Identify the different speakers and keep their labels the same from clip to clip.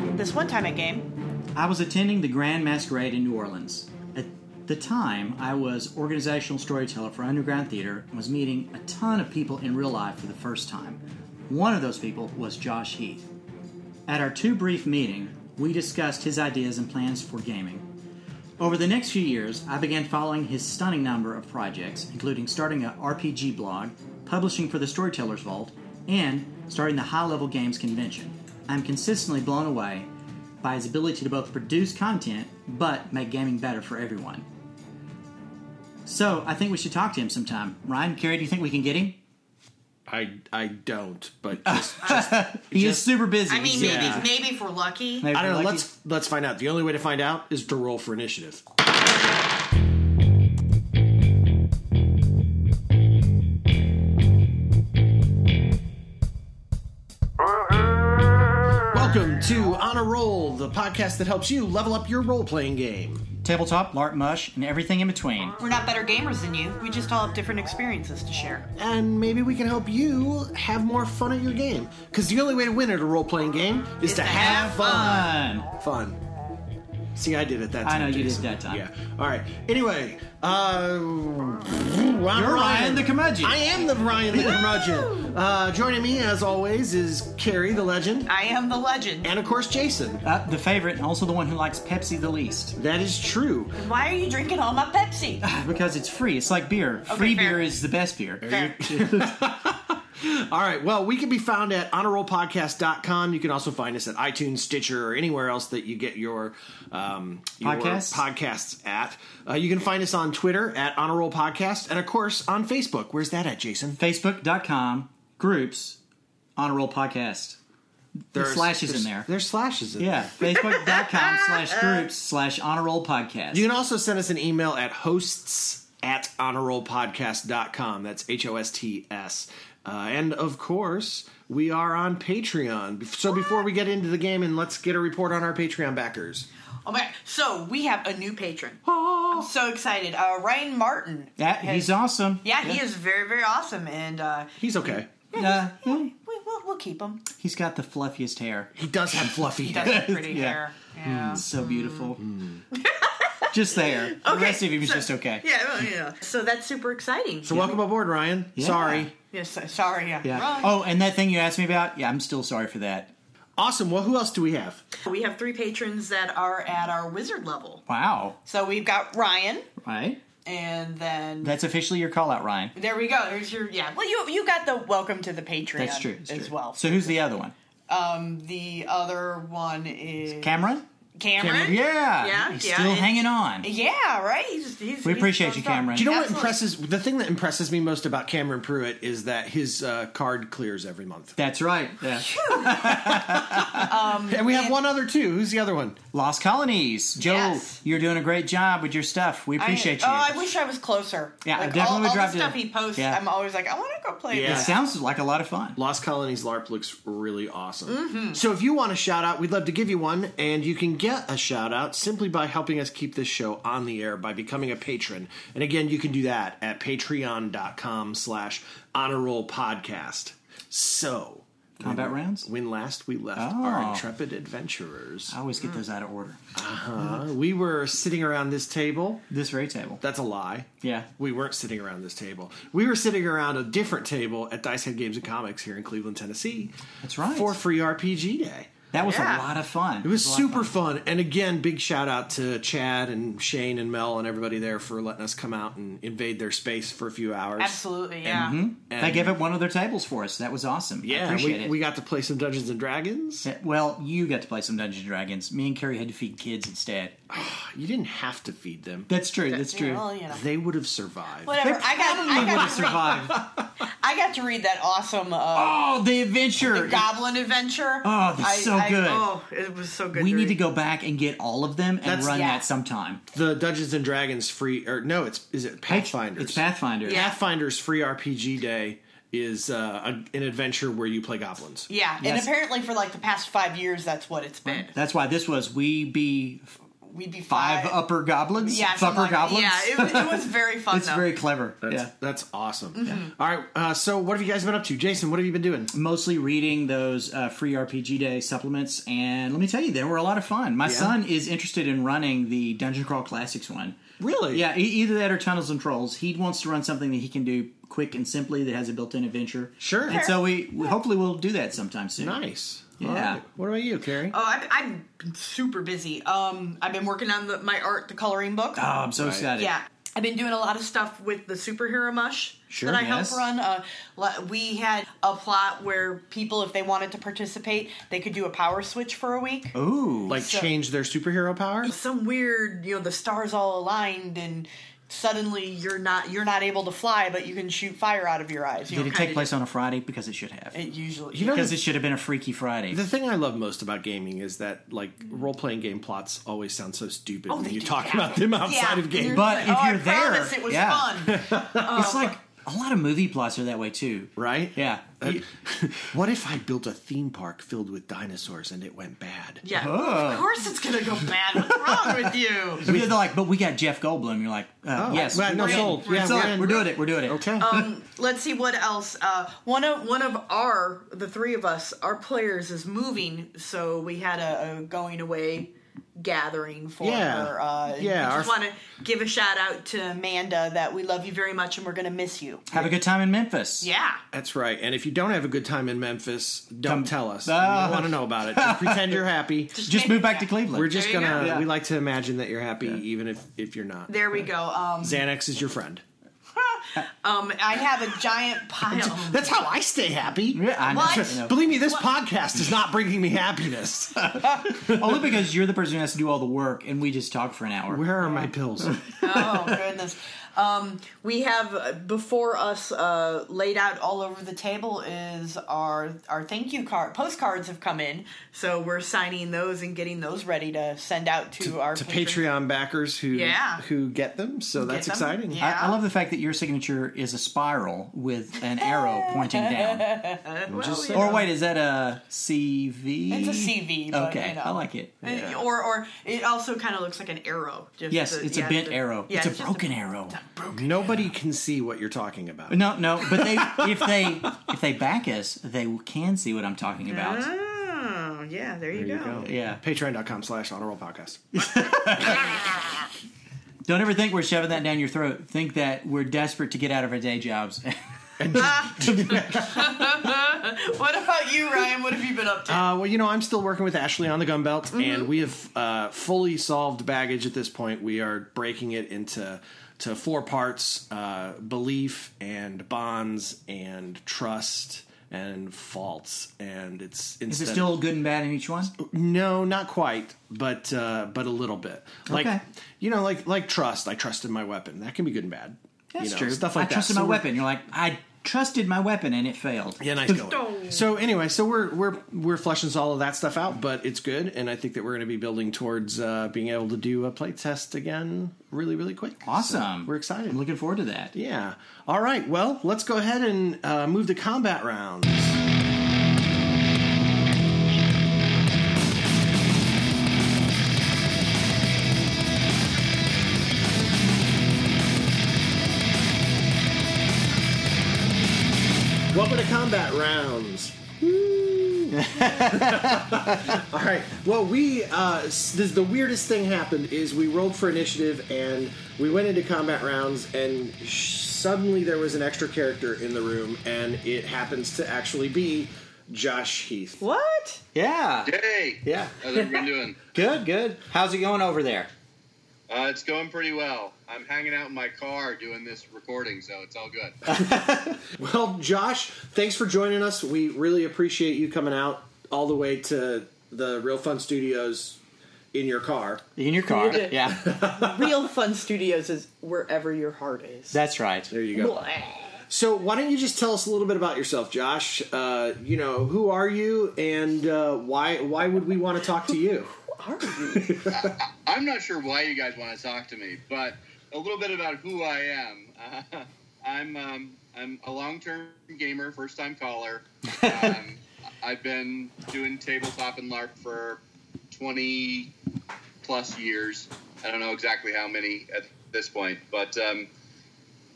Speaker 1: kind of game?
Speaker 2: I was attending the Grand Masquerade in New Orleans. At the time, I was organizational storyteller for Underground Theater and was meeting a ton of people in real life for the first time. One of those people was Josh Heath. At our too brief meeting, we discussed his ideas and plans for gaming. Over the next few years, I began following his stunning number of projects, including starting a RPG blog, publishing for the Storytellers Vault, and starting the High Level Games Convention. I'm consistently blown away by his ability to both produce content but make gaming better for everyone. So, I think we should talk to him sometime. Ryan, Carrie, do you think we can get him?
Speaker 3: I I don't, but just, just
Speaker 2: He is
Speaker 3: Just-
Speaker 2: super busy.
Speaker 1: I mean,
Speaker 2: He's-
Speaker 3: Yeah.
Speaker 1: maybe maybe if we're lucky.
Speaker 2: Maybe
Speaker 3: I don't know.
Speaker 2: we're lucky.
Speaker 3: Let's let's find out. The only way to find out is to roll for initiative. Welcome to On a Roll, the podcast that helps you level up your role playing game.
Speaker 2: tabletop, LARP, mush, and everything in between.
Speaker 1: We're not better gamers than you. We just all have different experiences to share.
Speaker 3: And maybe we can help you have more fun at your game. Because the only way to win at a role playing game is, to, have fun.
Speaker 2: Fun.
Speaker 3: fun. See, I did it that
Speaker 2: I
Speaker 3: time.
Speaker 2: know you did
Speaker 3: Jason.
Speaker 2: that time.
Speaker 3: Yeah. All right. Anyway, uh,
Speaker 2: You're
Speaker 3: I'm
Speaker 2: Ryan the curmudgeon.
Speaker 3: I am the Ryan the curmudgeon. Uh, joining me, as always, is Carrie the legend,
Speaker 1: I am the legend.
Speaker 3: and of course Jason.
Speaker 2: Uh, the favorite, and also the one who likes Pepsi the least,
Speaker 3: That is true.
Speaker 1: Why are you drinking all my Pepsi?
Speaker 2: because it's free. It's like beer. free
Speaker 1: fair.
Speaker 2: beer is the best beer.
Speaker 3: All right. Well, we can be found at honorrollpodcast.com. You can also find us at iTunes, Stitcher, or anywhere else that you get your, um, your
Speaker 2: Podcasts?
Speaker 3: podcasts at. Uh, you can find us on Twitter at Honor Podcast, and of course on Facebook. Where's that at, Jason?
Speaker 2: Facebook.com groups on a roll podcast. There's slashes in there.
Speaker 3: There's slashes in
Speaker 2: Yeah,
Speaker 3: there.
Speaker 2: Facebook.com slash groups slash on a roll podcast.
Speaker 3: You can also send us an email at hosts at honorrollpodcast.com. That's H O S T S. Uh, and of course, we are on Patreon. So before we get into the game, and let's get a report on our Patreon backers.
Speaker 1: Oh my! So we have a new patron. I'm so excited. Uh, Ryan Martin.
Speaker 2: That-
Speaker 1: has-
Speaker 2: he's awesome.
Speaker 1: Yeah, he is very very awesome, and uh,
Speaker 3: He's okay.
Speaker 2: Uh,
Speaker 1: we, we'll, we'll keep him.
Speaker 2: he's got the fluffiest hair.
Speaker 3: He does have fluffy
Speaker 1: That's
Speaker 3: hair.
Speaker 1: pretty
Speaker 2: Yeah. Hmm.
Speaker 1: hair. Yeah.
Speaker 2: So beautiful. just there. The rest of him is
Speaker 1: so-
Speaker 2: just okay.
Speaker 1: Yeah, well, yeah. So that's super exciting.
Speaker 3: So welcome aboard, Ryan. Sorry.
Speaker 1: yes, so- sorry. Yeah.
Speaker 2: Yeah.
Speaker 1: Ryan.
Speaker 2: Oh, and that thing you asked me about? Yeah, I'm still sorry for that.
Speaker 3: Awesome. Well, who else do we have?
Speaker 1: We have three patrons that are at our wizard level.
Speaker 2: Wow.
Speaker 1: So we've got Ryan,
Speaker 2: Right?
Speaker 1: and then
Speaker 2: That's officially your call out, Ryan.
Speaker 1: there we go. There's your yeah. Well, you you got the welcome to the Patreon.
Speaker 2: That's true. That's
Speaker 1: as
Speaker 2: true.
Speaker 1: well.
Speaker 2: So who's the other one?
Speaker 1: um, the other one is
Speaker 2: Cameron?
Speaker 1: Cameron.
Speaker 2: Cameron. Yeah.
Speaker 1: Yeah,
Speaker 2: He's
Speaker 1: yeah,
Speaker 2: still
Speaker 1: and-
Speaker 2: hanging on.
Speaker 1: Yeah, right. He's, he's,
Speaker 2: We
Speaker 1: he's
Speaker 2: appreciate
Speaker 1: still
Speaker 2: you,
Speaker 1: stuck.
Speaker 2: Cameron.
Speaker 3: Do you know
Speaker 1: Absolutely.
Speaker 3: what impresses? The thing that impresses me most about Cameron Pruitt is that his uh, card clears every month.
Speaker 2: That's right. Uh, Yeah.
Speaker 3: And we have one other too. Who's the other one?
Speaker 2: Lost Colonies. Joe,
Speaker 1: Yes.
Speaker 2: you're doing a great job with your stuff. We appreciate
Speaker 1: I,
Speaker 2: you.
Speaker 1: Oh, I wish I was closer.
Speaker 2: Yeah, I
Speaker 1: like,
Speaker 2: definitely
Speaker 1: all,
Speaker 2: would
Speaker 1: all
Speaker 2: drive
Speaker 1: the
Speaker 2: to-
Speaker 1: stuff he posts.
Speaker 2: yeah.
Speaker 1: I'm always like, I want to go play.
Speaker 3: Yeah.
Speaker 2: it
Speaker 1: this.
Speaker 2: sounds like a lot of fun.
Speaker 3: Lost Colonies LARP looks really awesome. So if you want a shout out, we'd love to give you one, and you can get a shout out simply by helping us keep this show on the air by becoming a patron. And again, you can do that at patreon.com slash honor roll podcast. So
Speaker 2: Combat rounds?
Speaker 3: when last we left
Speaker 2: Oh.
Speaker 3: our intrepid adventurers,
Speaker 2: I
Speaker 1: Mm.
Speaker 2: always get those out of order.
Speaker 3: uh, we were sitting around this table.
Speaker 2: This very table.
Speaker 3: That's a lie.
Speaker 2: Yeah.
Speaker 3: We weren't sitting around this table. We were sitting around a different table at Dicehead Games and Comics here in Cleveland, Tennessee.
Speaker 2: That's right.
Speaker 3: For free RPG day.
Speaker 2: That was
Speaker 1: Yeah.
Speaker 2: a lot of fun.
Speaker 3: It was super fun. And again, big shout out to Chad and Shane and Mel and everybody there for letting us come out and invade their space for a few hours.
Speaker 1: Absolutely, yeah.
Speaker 2: They gave up one of their tables for us. That was awesome. I
Speaker 3: Yeah,
Speaker 2: appreciate
Speaker 3: we,
Speaker 2: it.
Speaker 3: we got to play some Dungeons and Dragons.
Speaker 2: Yeah, well, you got to play some Dungeons and Dragons. Me and Carrie had to feed kids instead.
Speaker 3: You didn't have to feed them.
Speaker 2: That's true. That's
Speaker 1: Yeah,
Speaker 2: true.
Speaker 1: well, you know.
Speaker 3: They would have survived.
Speaker 1: Whatever. I got. I
Speaker 2: Probably would
Speaker 1: got,
Speaker 2: have survived.
Speaker 1: I got to read that awesome uh,
Speaker 2: Oh, the adventure!
Speaker 1: Goblin Adventure.
Speaker 2: Oh, that's
Speaker 1: I-
Speaker 2: so
Speaker 1: I-
Speaker 2: good.
Speaker 1: Oh, it was so good.
Speaker 2: we need
Speaker 1: read.
Speaker 2: to go back and get all of them and
Speaker 3: That's-
Speaker 2: run
Speaker 1: yeah.
Speaker 2: that sometime.
Speaker 3: The Dungeons and Dragons free or no, it's is it Pathfinders?
Speaker 2: It's Pathfinder.
Speaker 1: Yeah.
Speaker 3: Pathfinder's free RPG day is uh, a, an adventure where you play goblins.
Speaker 1: Yeah,
Speaker 2: Yes.
Speaker 1: and apparently for like the past five years, that's what it's been.
Speaker 2: That's why this was we be
Speaker 1: we'd be
Speaker 2: Five upper goblins?
Speaker 1: Yeah,
Speaker 2: upper
Speaker 1: something like-
Speaker 2: goblins?
Speaker 1: Yeah, it, was- it was very fun.
Speaker 2: it's
Speaker 1: though.
Speaker 2: very clever.
Speaker 3: That's,
Speaker 2: yeah.
Speaker 3: that's awesome.
Speaker 1: Mm-hmm.
Speaker 3: All right. Uh, so, what have you guys been up to, Jason? What have you been doing?
Speaker 2: mostly reading those uh, free RPG Day supplements, and let me tell you, they were a lot of fun. My
Speaker 3: Yeah.
Speaker 2: son is interested in running the Dungeon Crawl Classics one.
Speaker 3: Really?
Speaker 2: Yeah, e- either that or Tunnels and Trolls. He wants to run something that he can do quick and simply that has a built-in adventure.
Speaker 3: Sure.
Speaker 2: And so we, we hopefully we'll do that sometime soon.
Speaker 3: Nice.
Speaker 2: Yeah.
Speaker 3: All right. What about you, Carrie?
Speaker 1: Oh, I've, I've been super busy. Um, I've been working on the, my art, the coloring book.
Speaker 2: Oh, I'm so
Speaker 3: Right.
Speaker 2: excited.
Speaker 1: Yeah, I've been doing a lot of stuff with the superhero mush
Speaker 2: Sure,
Speaker 1: that I
Speaker 2: yes.
Speaker 1: help run. Uh, li- we had a plot where people, if they wanted to participate, they could do a power switch for a week.
Speaker 2: Oh. Ooh.
Speaker 3: like change their superhero power?
Speaker 1: Some weird, you know, the stars all aligned and. Suddenly, you're not you're not able to fly, but you can shoot fire out of your eyes. You
Speaker 2: did
Speaker 1: know,
Speaker 2: it take
Speaker 1: kinda-
Speaker 2: place on a Friday? Because it should have.
Speaker 1: It usually,
Speaker 3: You know,
Speaker 2: because
Speaker 3: the-
Speaker 2: it should have been a Freaky Friday.
Speaker 3: The thing I love most about gaming is that like role playing game plots always sound so stupid when
Speaker 1: Oh, they
Speaker 3: you
Speaker 1: do,
Speaker 3: talk
Speaker 1: yeah.
Speaker 3: about them outside
Speaker 1: Yeah,
Speaker 3: of game.
Speaker 1: you're
Speaker 2: But
Speaker 1: just
Speaker 2: if
Speaker 1: oh, I
Speaker 2: you're there,
Speaker 1: promise it was
Speaker 2: yeah.
Speaker 1: fun.
Speaker 2: it's like a lot of movie plots are that way too.
Speaker 3: Oh. Right?
Speaker 2: Yeah.
Speaker 3: Uh, what if I built a theme park filled with dinosaurs and it went bad?
Speaker 1: Yeah, of course it's gonna go bad. What's wrong with you?
Speaker 2: But they're like, but we got Jeff Goldblum. You're like, uh,
Speaker 3: Oh,
Speaker 2: yes,
Speaker 3: right, no,
Speaker 2: we're in.
Speaker 3: sold.
Speaker 2: We're
Speaker 3: Yeah,
Speaker 2: in.
Speaker 3: we're Um, in.
Speaker 2: we're doing it. We're doing it.
Speaker 3: Okay.
Speaker 1: Let's see what else. Uh, one of one of our the three of us, our players is moving, so we had a, a going away gathering for
Speaker 3: Yeah.
Speaker 1: her. Uh,
Speaker 3: Yeah,
Speaker 1: we just
Speaker 3: our-
Speaker 1: want to give a shout out to Amanda that we love you very much and we're gonna miss you.
Speaker 2: Have a good time in Memphis.
Speaker 1: Yeah,
Speaker 3: That's right. And if you don't have a good time in Memphis, don't
Speaker 2: Come-
Speaker 3: tell us. we
Speaker 2: Ah.
Speaker 3: don't want to know about it. Just pretend you're happy.
Speaker 2: Just move back to Cleveland.
Speaker 3: We're just
Speaker 1: There you
Speaker 3: gonna.
Speaker 2: go.
Speaker 3: We
Speaker 2: Yeah.
Speaker 3: like to imagine that you're happy, even if if you're not.
Speaker 1: there we go. Um,
Speaker 3: Xanax is your friend.
Speaker 1: um, I have a giant pile.
Speaker 3: That's how I stay happy.
Speaker 2: yeah, I know.
Speaker 1: What?
Speaker 2: I know.
Speaker 3: Believe me, this podcast is not bringing me happiness.
Speaker 2: Only because you're the person who has to do all the work, and we just talk for an hour.
Speaker 3: Where are my pills?
Speaker 1: oh goodness um, we have uh, before us uh, laid out all over the table is our our thank you card postcards have come in so we're signing those and getting those ready to send out to, our
Speaker 3: to
Speaker 1: patrons.
Speaker 3: Patreon backers who
Speaker 1: Yeah.
Speaker 3: who get them. So that's
Speaker 1: them.
Speaker 3: exciting.
Speaker 1: Yeah.
Speaker 2: I, I love the fact that your signature is a spiral with an arrow pointing down.
Speaker 3: Just
Speaker 2: Or wait, is that a CV?
Speaker 1: it's a cv but,
Speaker 2: okay,
Speaker 1: you know.
Speaker 2: I like it.
Speaker 1: And-
Speaker 3: Yeah.
Speaker 1: or or it also kind of looks like an arrow just
Speaker 2: Yes,
Speaker 1: the-
Speaker 2: it's
Speaker 1: yeah,
Speaker 2: a bent
Speaker 1: the-
Speaker 2: arrow.
Speaker 1: yeah,
Speaker 2: it's, a
Speaker 1: just
Speaker 2: broken arrow.
Speaker 3: nobody can see what you're talking about.
Speaker 2: No, no, but they if they if they back us, they can see what I'm talking about.
Speaker 1: oh yeah there you,
Speaker 3: There you
Speaker 1: go.
Speaker 3: go.
Speaker 2: Yeah.
Speaker 3: Patreon.com slash honorable podcast.
Speaker 2: Don't ever think we're shoving that down your throat. Think that we're desperate to get out of our day jobs.
Speaker 1: what about you ryan what have you been up to
Speaker 3: Uh, well, you know, I'm still working with Ashley on the gun belt,
Speaker 1: Mm-hmm.
Speaker 3: and we have uh, fully solved baggage at this point. We are breaking it into to four parts: uh, belief and bonds and trust and faults. And it's
Speaker 2: Is it still good and bad in each one?
Speaker 3: no, not quite, but uh, but a little bit. Like
Speaker 2: Okay.
Speaker 3: you know, like like trust. I trusted my weapon. That can be good and bad. you know, Stuff like
Speaker 2: I trusted
Speaker 3: that. So
Speaker 2: my
Speaker 3: we're-
Speaker 2: weapon. You're like, I trusted my weapon and it failed.
Speaker 3: Yeah, nice going. So anyway, so we're we're we're fleshing all of that stuff out, but it's good, and I think that we're going to be building towards uh, being able to do a play test again, really, really quick. So
Speaker 2: Awesome.
Speaker 3: we're excited.
Speaker 2: I'm looking forward to that.
Speaker 3: yeah. All right. Well, let's go ahead and uh, move to combat rounds. Welcome to combat rounds. All right. Well, we uh, s- this, the weirdest thing happened is we rolled for initiative and we went into combat rounds and sh- suddenly there was an extra character in the room and it happens to actually be Josh Heath.
Speaker 1: what
Speaker 2: Yeah.
Speaker 4: Hey.
Speaker 3: Yeah.
Speaker 4: How's everyone doing?
Speaker 3: Good. Good.
Speaker 2: How's it going over there?
Speaker 4: Uh, it's going pretty well. I'm hanging out in my car doing this recording, so it's all good.
Speaker 3: Well, Josh, thanks for joining us. We really appreciate you coming out all the way to the Real Fun Studios in your car.
Speaker 2: In your car. yeah.
Speaker 1: real fun studios is wherever your heart is
Speaker 2: That's right.
Speaker 3: There you go. So why don't you just tell us a little bit about yourself, Josh? Uh, you know, who are you, and uh, why why would we want to talk to you?
Speaker 4: I'm not sure why you guys want to talk to me, but a little bit about who I am. Uh, I'm um, I'm a long-term gamer, first-time caller. Um, I've been doing tabletop and LARP for 20 plus years. I don't know exactly how many at this point, but um,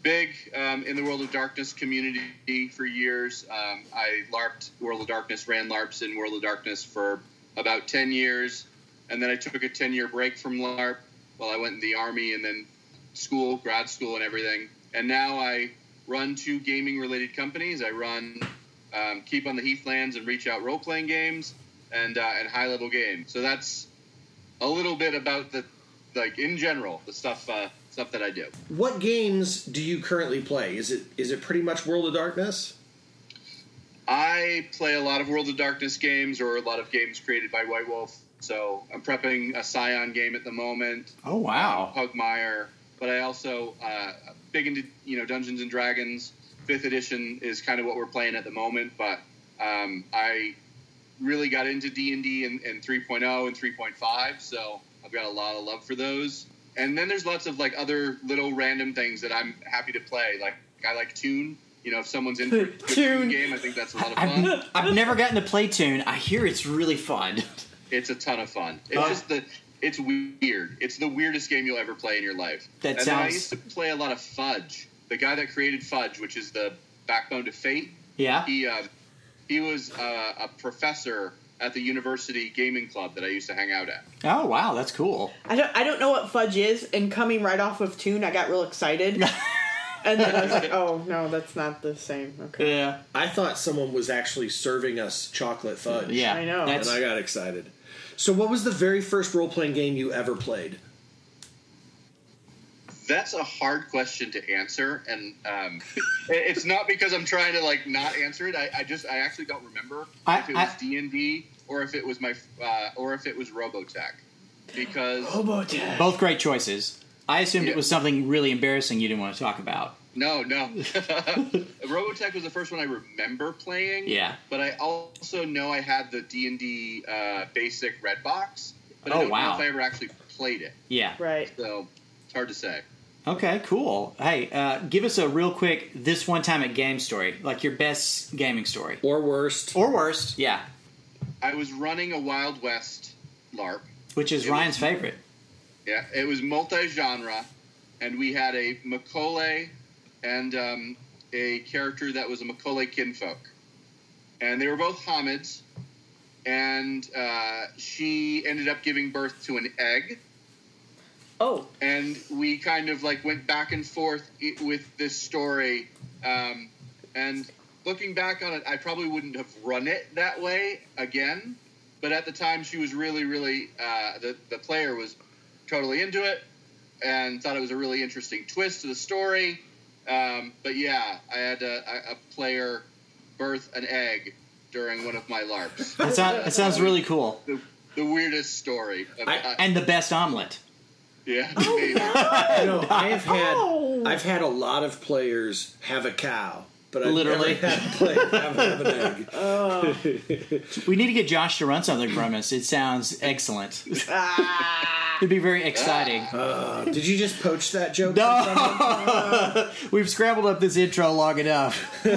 Speaker 4: big um, in the World of Darkness community for years. Um, I LARPed World of Darkness, ran LARPs in World of Darkness for about 10 years, and then I took a 10 year break from LARP while I went in the Army and then school, grad school, and everything. And now I run two gaming related companies. I run um, Keep on the Heathlands and Reach Out Role Playing Games and, uh, and High Level Games. So that's a little bit about the, like, in general, the stuff. Uh, stuff that I do.
Speaker 3: What games do you currently play? Is it is it pretty much World of Darkness?
Speaker 4: I play a lot of World of Darkness games or a lot of games created by White Wolf. So I'm prepping a Scion game at the moment.
Speaker 2: Oh wow!
Speaker 4: Uh, Pugmire, but I also uh, big into you know Dungeons and Dragons. Fifth edition is kind of what we're playing at the moment, but um, I really got into D and D in 3.0 and 3.5, so I've got a lot of love for those and then there's lots of like other little random things that I'm happy to play. Like I like Tune. You know, if someone's in for a good
Speaker 2: Tune.
Speaker 4: Tune game, I think that's a lot of
Speaker 2: I've,
Speaker 4: fun.
Speaker 2: n- I've never gotten to play Tune. I hear it's really fun.
Speaker 4: It's a ton of fun. It's
Speaker 2: Oh.
Speaker 4: just the it's weird. It's the weirdest game you'll ever play in your life.
Speaker 2: That
Speaker 4: and then I
Speaker 2: sounds-
Speaker 4: used to play a lot of Fudge. The guy that created Fudge, which is the backbone to Fate,
Speaker 2: Yeah.
Speaker 4: he uh, he was uh, a professor at the university gaming club that I used to hang out at.
Speaker 2: Oh wow, that's cool.
Speaker 1: I don't I don't know what fudge is, and coming right off of tune, I got real excited. and then I was like, oh no, that's not the same. Okay.
Speaker 2: Yeah.
Speaker 3: I thought someone was actually serving us chocolate fudge.
Speaker 2: Yeah.
Speaker 1: I know.
Speaker 3: And
Speaker 2: That's,
Speaker 3: I got excited. So what was the very first role playing game you ever played?
Speaker 4: That's a hard question to answer, and um, it- it's not because I'm trying to like not answer it. I, I just I actually don't remember
Speaker 2: I-
Speaker 4: if it
Speaker 2: I-
Speaker 4: was D and D or if it was my uh, or if it was Robotech, because
Speaker 2: both great choices. I assumed it
Speaker 4: Yeah.
Speaker 2: was something really embarrassing you didn't want to talk about.
Speaker 4: no, no, Robotech was the first one I remember playing.
Speaker 2: Yeah.
Speaker 4: but I also know I had the D and D uh, basic red box, but
Speaker 2: Oh,
Speaker 4: I don't
Speaker 2: wow.
Speaker 4: know if I ever actually played it.
Speaker 2: Yeah.
Speaker 1: Right.
Speaker 4: So it's hard to say.
Speaker 2: Okay, cool. Hey, uh, give us a real quick this one time at game story, like your best gaming story
Speaker 3: Or worst?
Speaker 2: or worst. Yeah,
Speaker 4: I was running a Wild West LARP.
Speaker 2: which is
Speaker 4: It was-
Speaker 2: Ryan's favorite.
Speaker 4: Yeah, it was multi-genre, and we had a Macaulay and um, a character that was a Macaulay kinfolk, and they were both Hamids, and uh, she ended up giving birth to an egg,
Speaker 1: Oh,
Speaker 4: and we kind of like went back and forth i- with this story, um, and looking back on it, I probably wouldn't have run it that way again, but at the time she was really, really uh, the the player was totally into it and thought it was a really interesting twist to the story. Um, but yeah, I had a, a- a player birth an egg during one of my LARPs.
Speaker 2: That, sound, that sounds really cool.
Speaker 4: the, the weirdest story.
Speaker 3: I-
Speaker 4: Uh,
Speaker 2: And the best omelet.
Speaker 4: yeah.
Speaker 3: You know, I've had
Speaker 1: Oh.
Speaker 3: I've had a lot of players have a cow, but I
Speaker 2: Literally.
Speaker 3: literally had a player have, have an egg.
Speaker 2: We need to get Josh to run something from us. It sounds excellent. It'd
Speaker 1: ah,
Speaker 2: be very exciting.
Speaker 3: Uh, did you just poach that joke? from someone?
Speaker 2: No, we've scrambled up this intro long enough. We,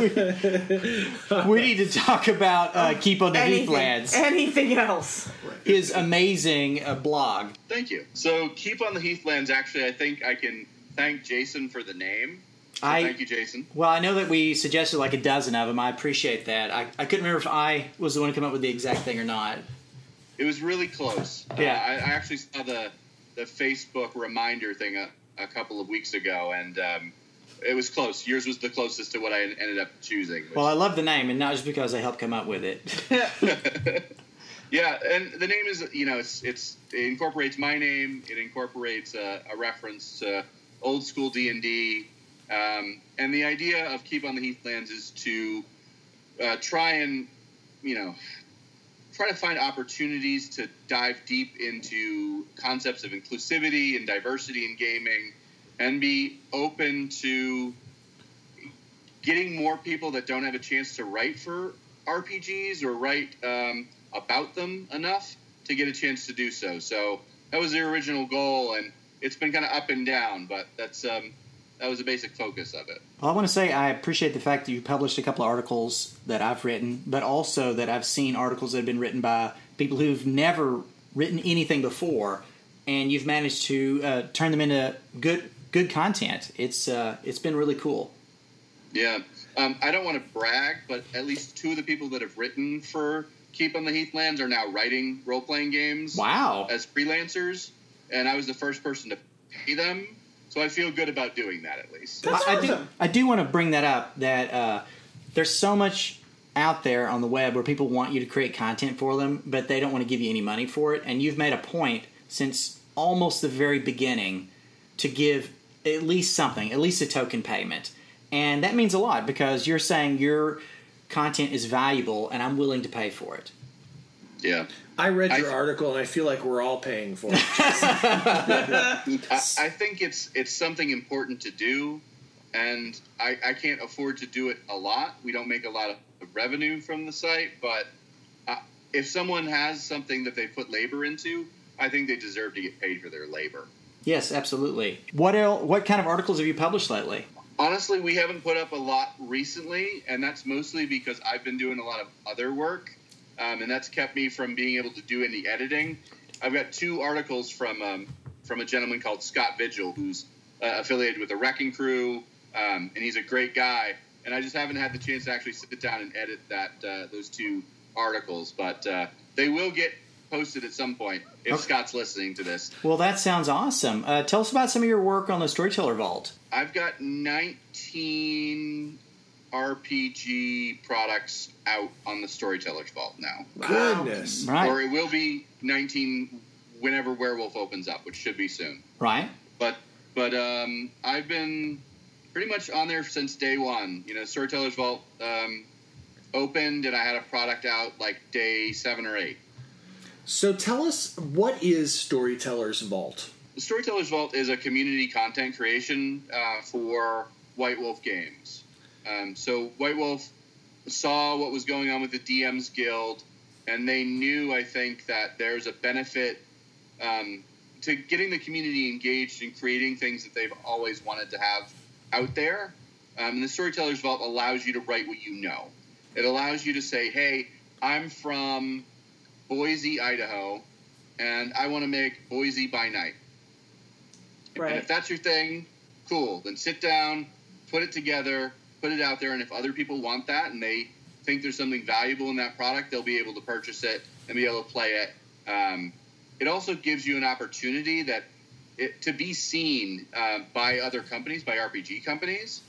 Speaker 2: we need to talk about uh, Keep on the
Speaker 1: anything,
Speaker 2: Heathlands,
Speaker 1: anything else?
Speaker 2: his amazing uh, blog.
Speaker 4: Thank you. So keep on the Heathlands. Actually, I think I can thank Jason for the name. So
Speaker 2: I-
Speaker 4: thank you, Jason.
Speaker 2: Well, I know that we suggested like a dozen of them. I appreciate that. I, I couldn't remember if I was the one to come up with the exact thing or not.
Speaker 4: It was really close. Uh,
Speaker 2: Yeah.
Speaker 4: I, I actually saw the the Facebook reminder thing a, a couple of weeks ago, and um, it was close. Yours was the closest to what I ended up choosing. which-
Speaker 2: Well, I love the name, and not just because I helped come up with it.
Speaker 4: yeah, and the name is you know it's it's it incorporates my name. It incorporates a, a reference to old school D and D, um, and the idea of Keep on the Heathlands is to uh, try and you know try to find opportunities to dive deep into concepts of inclusivity and diversity in gaming, and be open to getting more people that don't have a chance to write for RPGs or write um, about them enough to get a chance to do so. So that was the original goal, and it's been kind of up and down, but that's um, that was the basic focus of it.
Speaker 2: Well, I want to say I appreciate the fact that you published a couple of articles that I've written, but also that I've seen articles that have been written by people who've never written anything before and you've managed to uh, turn them into good good content. It's uh, it's been really cool.
Speaker 4: Yeah. Um, I don't want to brag, but at least two of the people that have written for Keep on the Heathlands are now writing role playing games
Speaker 2: Wow.
Speaker 4: as freelancers, and I was the first person to pay them, so I feel good about doing that at least.
Speaker 2: I, I do
Speaker 1: awesome.
Speaker 2: I do want to bring that up that uh, there's so much out there on the web where people want you to create content for them, but they don't want to give you any money for it. And you've made a point since almost the very beginning to give at least something, at least a token payment, and that means a lot because you're saying your content is valuable and I'm willing to pay for it.
Speaker 4: Yeah.
Speaker 3: I read your
Speaker 4: I-
Speaker 3: article and I feel like we're all paying for it.
Speaker 4: I, I think it's it's something important to do, and I, I can't afford to do it a lot. We don't make a lot of revenue from the site, but uh, if someone has something that they put labor into, I think they deserve to get paid for their labor.
Speaker 2: Yes, absolutely. What el- What kind of articles have you published lately?
Speaker 4: Honestly, we haven't put up a lot recently, and that's mostly because I've been doing a lot of other work, um, and that's kept me from being able to do any editing. I've got two articles from um, from a gentleman called Scott Vigil, who's uh, affiliated with the Wrecking Crew, um, and he's a great guy. And I just haven't had the chance to actually sit down and edit that uh, those two articles, but uh, they will get posted at some point if Scott's listening to this.
Speaker 2: Well, that sounds awesome. Uh, tell us about some of your work on the Storyteller Vault.
Speaker 4: I've got 19 RPG products out on the Storyteller's Vault now.
Speaker 3: Goodness.
Speaker 2: Right.
Speaker 4: Or it will be 19 whenever Werewolf opens up, which should be soon.
Speaker 2: Right.
Speaker 4: But but um, I've been pretty much on there since day one. You know, Storyteller's Vault um, opened and I had a product out like day seven or eight.
Speaker 3: So tell us what is Storyteller's Vault?
Speaker 4: The Storyteller's Vault is a community content creation uh, for White Wolf Games. Um, so White Wolf saw what was going on with the DMs Guild, and they knew, I think, that there's a benefit um, to getting the community engaged in creating things that they've always wanted to have out there. Um, and the Storyteller's Vault allows you to write what you know. It allows you to say, "Hey, I'm from Boise, Idaho, and I want to make Boise by night." And
Speaker 1: Right.
Speaker 4: if that's your thing, cool. Then sit down, put it together, put it out there, and if other people want that and they think there's something valuable in that product, they'll be able to purchase it and be able to play it. Um, it also gives you an opportunity that it, to be seen uh, by other companies, by RPG companies,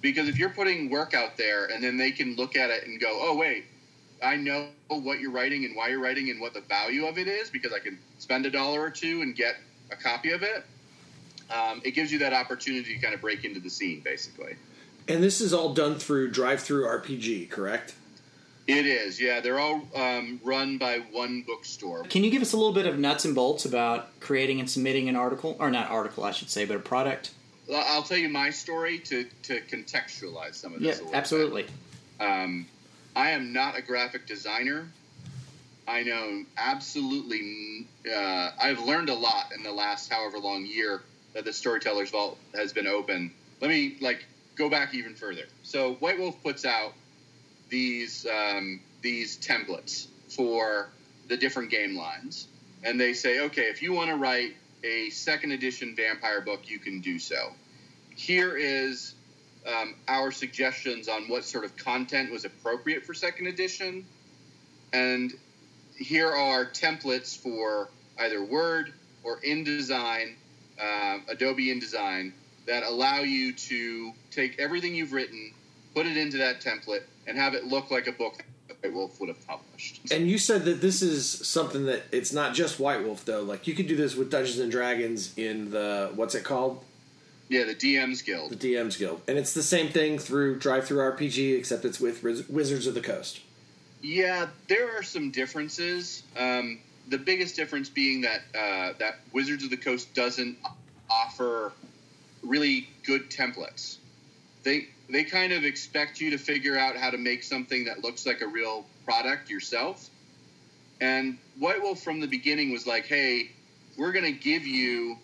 Speaker 4: because if you're putting work out there and then they can look at it and go, "Oh wait, I know what you're writing and why you're writing and what the value of it is," because I can spend a dollar or two and get a copy of it um, it gives you that opportunity to kind of break into the scene, basically.
Speaker 3: And this is all done through drive-through RPG, correct?
Speaker 4: It is, yeah. They're all um, run by one bookstore.
Speaker 2: Can you give us a little bit of nuts and bolts about creating and submitting an article, or not article, I should say, but a product?
Speaker 4: I'll tell you my story to, to contextualize some of this.
Speaker 2: Yeah,
Speaker 4: a little bit.
Speaker 2: absolutely.
Speaker 4: Um, I am not a graphic designer. I know absolutely. n- Uh, I've learned a lot in the last however long year that the Storytellers Vault has been open. Let me like go back even further. So White Wolf puts out these um, these templates for the different game lines, and they say, okay, if you want to write a second edition vampire book, you can do so. Here is um, our suggestions on what sort of content was appropriate for second edition. And here are templates for either Word or InDesign, um, Adobe InDesign, that allow you to take everything you've written, put it into that template, and have it look like a book that White Wolf would have published.
Speaker 3: And you said that this is something that it's not just White Wolf though. Like you could do this with Dungeons and Dragons in the what's it called?
Speaker 4: Yeah, the DMs
Speaker 3: The
Speaker 4: Guild.
Speaker 3: DM's Guild. And it's the same thing through drive-through RPG except it's with Riz- Wizards of the Coast.
Speaker 4: Yeah, there are some differences. Um, the biggest difference being that uh, that Wizards of the Coast doesn't offer really good templates. They they kind of expect you to figure out how to make something that looks like a real product yourself. And White Wolf from the beginning was like, "Hey, we're going to give you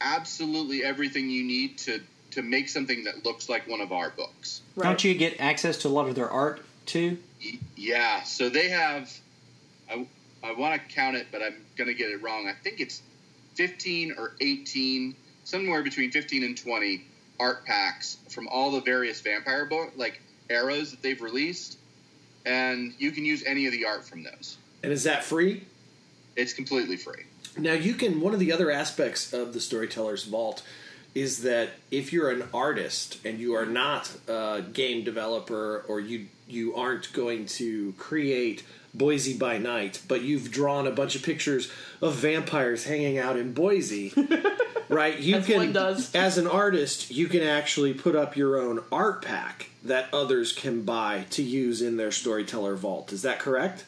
Speaker 4: absolutely everything you need to to make something that looks like one of our books."
Speaker 1: Right.
Speaker 2: Don't you get access to a lot of their art too?
Speaker 4: Y- Yeah, so they have. I, I want to count it, but I'm going to get it wrong. I think it's 15 or 18, somewhere between 15 and 20 art packs from all the various vampire book like eras that they've released, and you can use any of the art from those.
Speaker 3: And is that free?
Speaker 4: It's completely free.
Speaker 3: Now you can. One of the other aspects of the storyteller's vault is that if you're an artist and you are not a game developer or you you aren't going to create Boise by night, but you've drawn a bunch of pictures of vampires hanging out in Boise, right? You
Speaker 5: As
Speaker 3: can
Speaker 5: one does.
Speaker 3: as an artist, you can actually put up your own art pack that others can buy to use in their storyteller vault. Is that correct?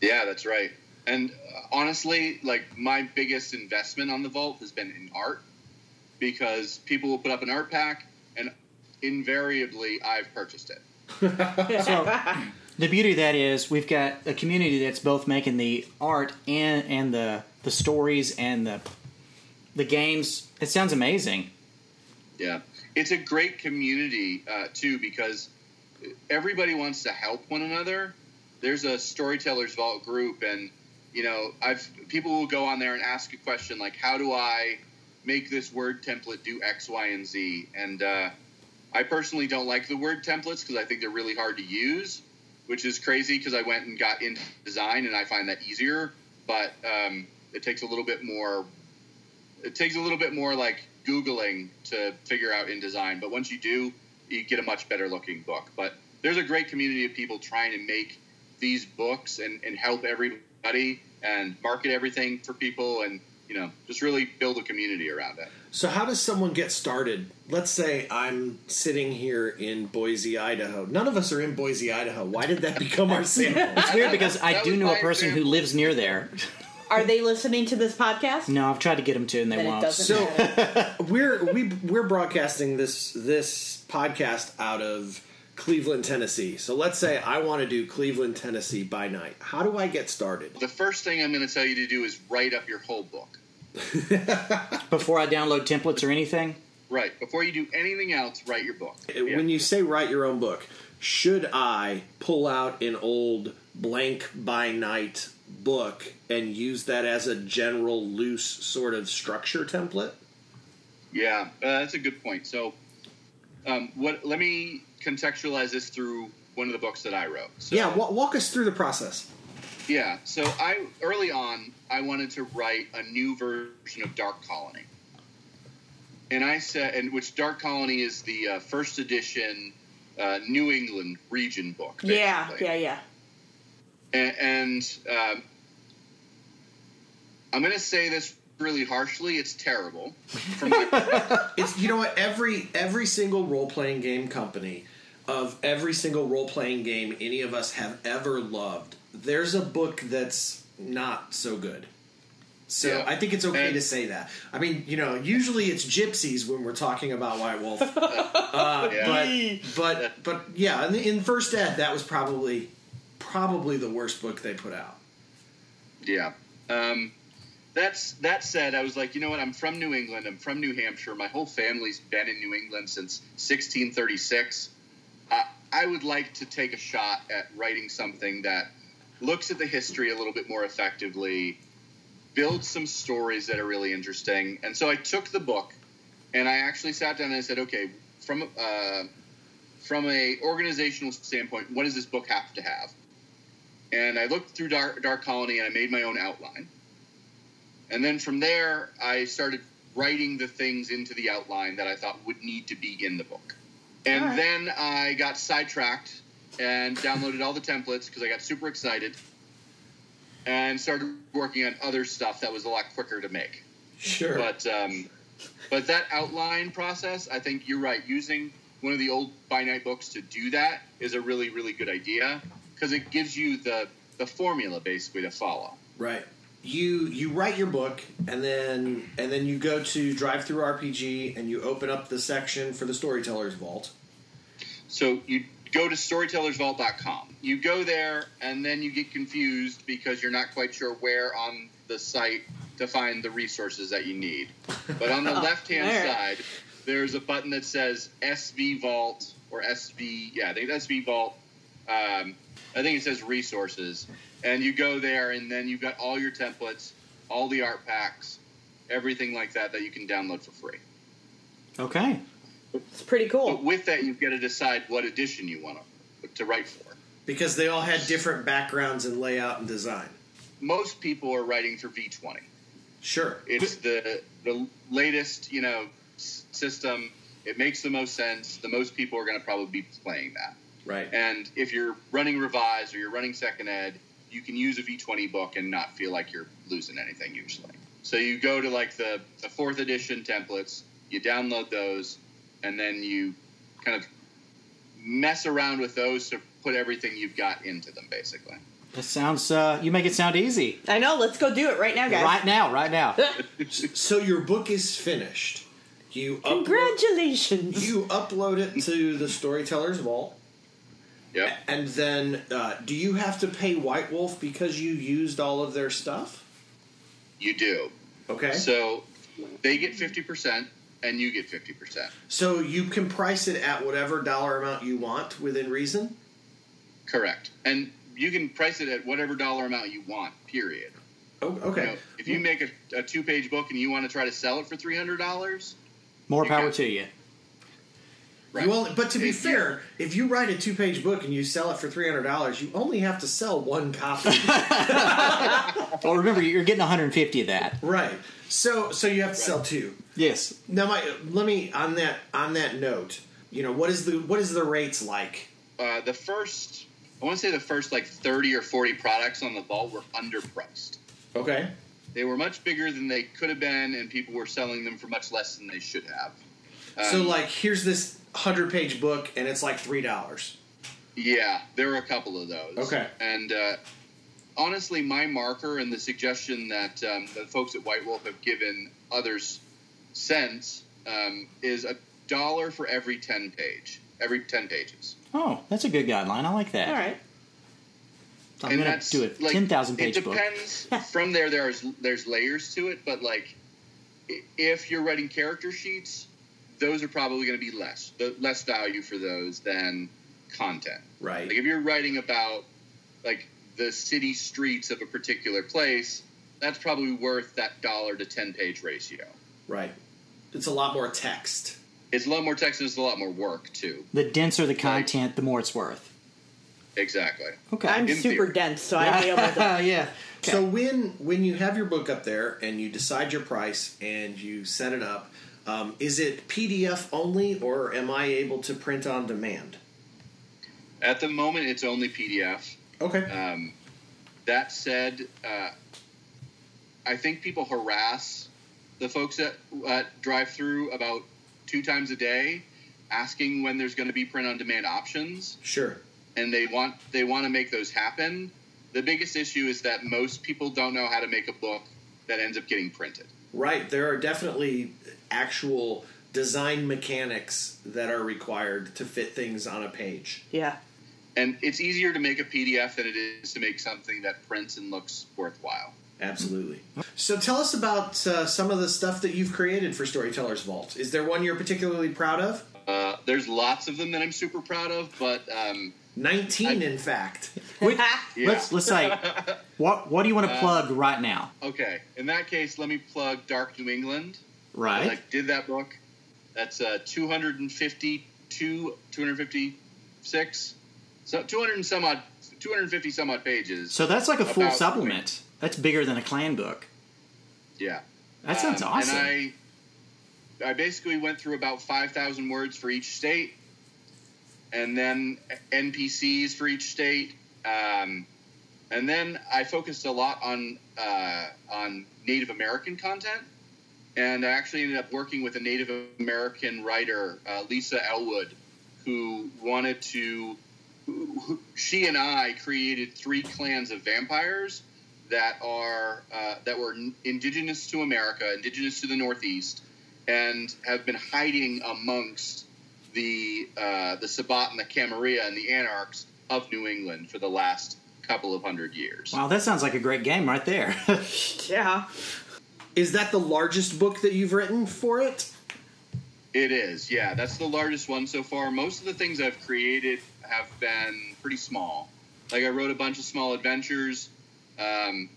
Speaker 4: Yeah, that's right. And uh, honestly, like my biggest investment on the vault has been in art because people will put up an art pack, and invariably I've purchased it.
Speaker 2: The beauty of that is we've got a community that's both making the art and and the the stories and the the games. It sounds amazing.
Speaker 4: Yeah, it's a great community uh, too because everybody wants to help one another. There's a storytellers vault group, and you know, I've people will go on there and ask a question like, "How do I make this word template do X, Y, and Z?" And uh, I personally don't like the word templates because I think they're really hard to use, which is crazy because I went and got in design and I find that easier, but um, it takes a little bit more it takes a little bit more like googling to figure out InDesign, but once you do, you get a much better looking book. But there's a great community of people trying to make these books and, and help everybody and market everything for people and you know just really build a community around it.
Speaker 3: So, how does someone get started? Let's say I'm sitting here in Boise, Idaho. None of us are in Boise, Idaho. Why did that become our sample?
Speaker 2: It's weird because I
Speaker 4: That
Speaker 2: do
Speaker 4: was
Speaker 2: know a
Speaker 4: my
Speaker 2: person who
Speaker 4: example.
Speaker 2: lives near there.
Speaker 1: Are they listening to this podcast?
Speaker 2: No, I've tried to get them to, and they
Speaker 1: Then it
Speaker 2: won't.
Speaker 1: doesn't
Speaker 3: So-
Speaker 1: matter.
Speaker 3: we're we, we're broadcasting this this podcast out of Cleveland, Tennessee. So, let's say I want to do Cleveland, Tennessee by night. How do I get started?
Speaker 4: The first thing I'm going to tell you to do is write up your whole book.
Speaker 2: Before I download templates or anything,
Speaker 4: Right before you do anything else, write your book. Yeah.
Speaker 3: Uh, When you say write your own book, should I pull out an old blank by night book and use that as a general loose sort of structure template?
Speaker 4: Yeah, uh, that's a good point. So, um, what? Let me contextualize this through one of the books that I wrote. So,
Speaker 3: Yeah, wa- walk us through the process.
Speaker 4: Yeah. So I early on I wanted to write a new version of Dark Colony, and I said, and which Dark Colony is the uh, first edition uh, New England region book.
Speaker 1: yeah,
Speaker 4: basically.
Speaker 1: yeah, yeah.
Speaker 4: And, and um, I'm going to say this really harshly. It's terrible. From my,
Speaker 3: It's you know what every every single role playing game company of every single role playing game any of us have ever loved. There's a book that's not so good. So
Speaker 4: Yeah.
Speaker 3: I think it's okay
Speaker 4: And-
Speaker 3: to say that. I mean, you know, usually it's gypsies when we're talking about White Wolf.
Speaker 4: yeah.
Speaker 3: but but but yeah, in, in first ed that was probably probably the worst book they put out.
Speaker 4: Yeah. Um, that's that said, I was like, you know what? I'm from New England. I'm from New Hampshire. My whole family's been in New England since 1636. I, I would like to take a shot at writing something that looks at the history a little bit more effectively, builds some stories that are really interesting. And so I took the book, and I actually sat down and I said, okay, from uh, from a organizational standpoint, what does this book have to have? and I looked through Dark, Dark Colony and I made my own outline. And then from there, I started writing the things into the outline that I thought would need to be in the book. And
Speaker 1: All right.
Speaker 4: then I got sidetracked and downloaded all the templates because I got super excited and started working on other stuff that was a lot quicker to make.
Speaker 3: Sure.
Speaker 4: But um, but that outline process, I think you're right. Using one of the old by night books to do that is a really really good idea because it gives you the the formula basically to follow.
Speaker 3: Right. You you write your book and then and then you go to Drive Through RPG and you open up the section for the Storyteller's Vault.
Speaker 4: So you go to storytellersvault.com. You go there and then you get confused because you're not quite sure where on the site to find the resources that you need. But on the left hand
Speaker 1: there.
Speaker 4: side, there's a button that says SV Vault or SV, yeah, I think it's SV Vault. Um, I think it says resources. And you go there and then you've got all your templates, all the art packs, everything like that that you can download for free.
Speaker 2: Okay.
Speaker 1: It's pretty
Speaker 4: But
Speaker 1: cool.
Speaker 4: with that, you get to decide what edition you want to, to write for.
Speaker 3: because they all had different backgrounds in layout and design.
Speaker 4: Most people are writing for V20.
Speaker 3: Sure.
Speaker 4: It's the the latest, you know, s- system. It makes the most sense. The most people are going to probably be playing that.
Speaker 3: Right.
Speaker 4: And if you're running revised or you're running second ed, you can use a V20 book and not feel like you're losing anything usually. So you go to like the, the fourth edition templates, you download those, and then you kind of mess around with those to put everything you've got into them basically.
Speaker 2: That sounds. Uh, you make it sound easy.
Speaker 1: I know. Let's go do it right now, guys.
Speaker 2: Right now, right now.
Speaker 3: So your book is finished. You uplo-
Speaker 1: Congratulations.
Speaker 3: you upload it to the Storytellers Vault,
Speaker 4: Yep.
Speaker 3: and then uh, do you have to pay White Wolf because you used all of their stuff?
Speaker 4: You do.
Speaker 3: Okay. So,
Speaker 4: So they get 50% and you get 50%.
Speaker 3: you can price it at whatever dollar amount you want within reason.
Speaker 4: Correct. And you can price it at whatever dollar amount you want, period.
Speaker 3: Oh,
Speaker 4: You
Speaker 3: okay.
Speaker 4: know, if you make a, a two page book and you want to try to sell it for $300,
Speaker 2: More
Speaker 4: You
Speaker 2: power
Speaker 4: got-
Speaker 2: to you.
Speaker 4: right.
Speaker 3: You only, but to be
Speaker 4: If you-
Speaker 3: fair, if you write a two-page book and you sell it for three hundred dollars, you only have to sell one copy.
Speaker 2: Well, remember, you're getting 150 of that.
Speaker 3: right. So, so you have to sell
Speaker 4: Right.
Speaker 3: two.
Speaker 2: Yes.
Speaker 3: Now, my let me on that on that note. You know what is the what is the rates like?
Speaker 4: uh, the first, I want to say the first like 30 or 40 products on the vault were underpriced.
Speaker 3: Okay.
Speaker 4: They were much bigger than they could have been, and people were selling them for much less than they should have.
Speaker 3: so
Speaker 4: Um,
Speaker 3: like here's this hundred page book and it's like three dollars.
Speaker 4: Yeah, there were a couple of those.
Speaker 3: Okay.
Speaker 4: And uh, honestly, my marker and the suggestion that um, the folks at White Wolf have given others since um, is a dollar for every ten page, every ten pages.
Speaker 2: Oh, that's a good guideline. I like that.
Speaker 1: All right.
Speaker 2: I'm going to do a 10,000 page
Speaker 4: It
Speaker 2: book.
Speaker 4: depends. from there, there's there's layers to it, but like i- if you're writing character sheets, those are probably going to be less the less value for those than content.
Speaker 3: Right.
Speaker 4: Like if you're writing about like the city streets of a particular place, that's probably worth that dollar to ten page ratio.
Speaker 3: Right. It's a lot more text.
Speaker 4: It's a lot more text and it's a lot more work too.
Speaker 2: The denser the content, the more it's worth.
Speaker 4: Exactly.
Speaker 2: Okay.
Speaker 1: I'm
Speaker 4: In
Speaker 1: super
Speaker 4: theory.
Speaker 1: dense, so I'd be able to.
Speaker 2: yeah.
Speaker 3: So when when you have your book up there and you decide your price and you set it up, um, is it PDF only or am I able to print on demand?
Speaker 4: At the moment, it's only PDF.
Speaker 3: Okay.
Speaker 4: Um, that said, uh, I think people harass the folks at, at drive through about two times a day, asking when there's going to be print on demand options,
Speaker 3: sure.
Speaker 4: and they want they want to make those happen. The biggest issue is that most people don't know how to make a book that ends up getting printed.
Speaker 3: Right. There are definitely actual design mechanics that are required to fit things on a page.
Speaker 1: Yeah.
Speaker 4: And it's easier to make a PDF than it is to make something that prints and looks worthwhile.
Speaker 3: Absolutely. Mm-hmm. So tell us about uh, some of the stuff that you've created for Storytellers Vault. Is there one you're particularly proud of?
Speaker 4: Uh, there's lots of them that I'm super proud of, but um,
Speaker 3: 19, in fact.
Speaker 2: Wait,
Speaker 4: yeah.
Speaker 2: Let's let's say what what do you want
Speaker 4: Uh,
Speaker 2: to plug right now?
Speaker 4: Okay. In that case, let me plug Dark New England.
Speaker 2: Right.
Speaker 4: I did that book. That's uh, 252, 256, so 200 and some odd, 250 some odd pages.
Speaker 2: so that's like a full
Speaker 4: About-
Speaker 2: supplement. That's bigger than a clan book.
Speaker 4: yeah.
Speaker 2: That sounds
Speaker 4: Um,
Speaker 2: awesome.
Speaker 4: And I, I basically went through about 5,000 words for each state, and then NPCs for each state, um, and then I focused a lot on uh, on Native American content. And I actually ended up working with a Native American writer, uh, Lisa Elwood, who wanted to. who- who- She and I created three clans of vampires that are uh, that were n- indigenous to America, indigenous to the Northeast, and have been hiding amongst the uh, the Sabbat and the Camarilla and the Anarchs of New England for the last couple of hundred years.
Speaker 2: wow, that sounds like a great game right there.
Speaker 1: Yeah.
Speaker 3: Is that the largest book that you've written for it?
Speaker 4: It is, yeah. That's the largest one so far. Most of the things I've created have been pretty small. Like I wrote a bunch of small adventures. Um,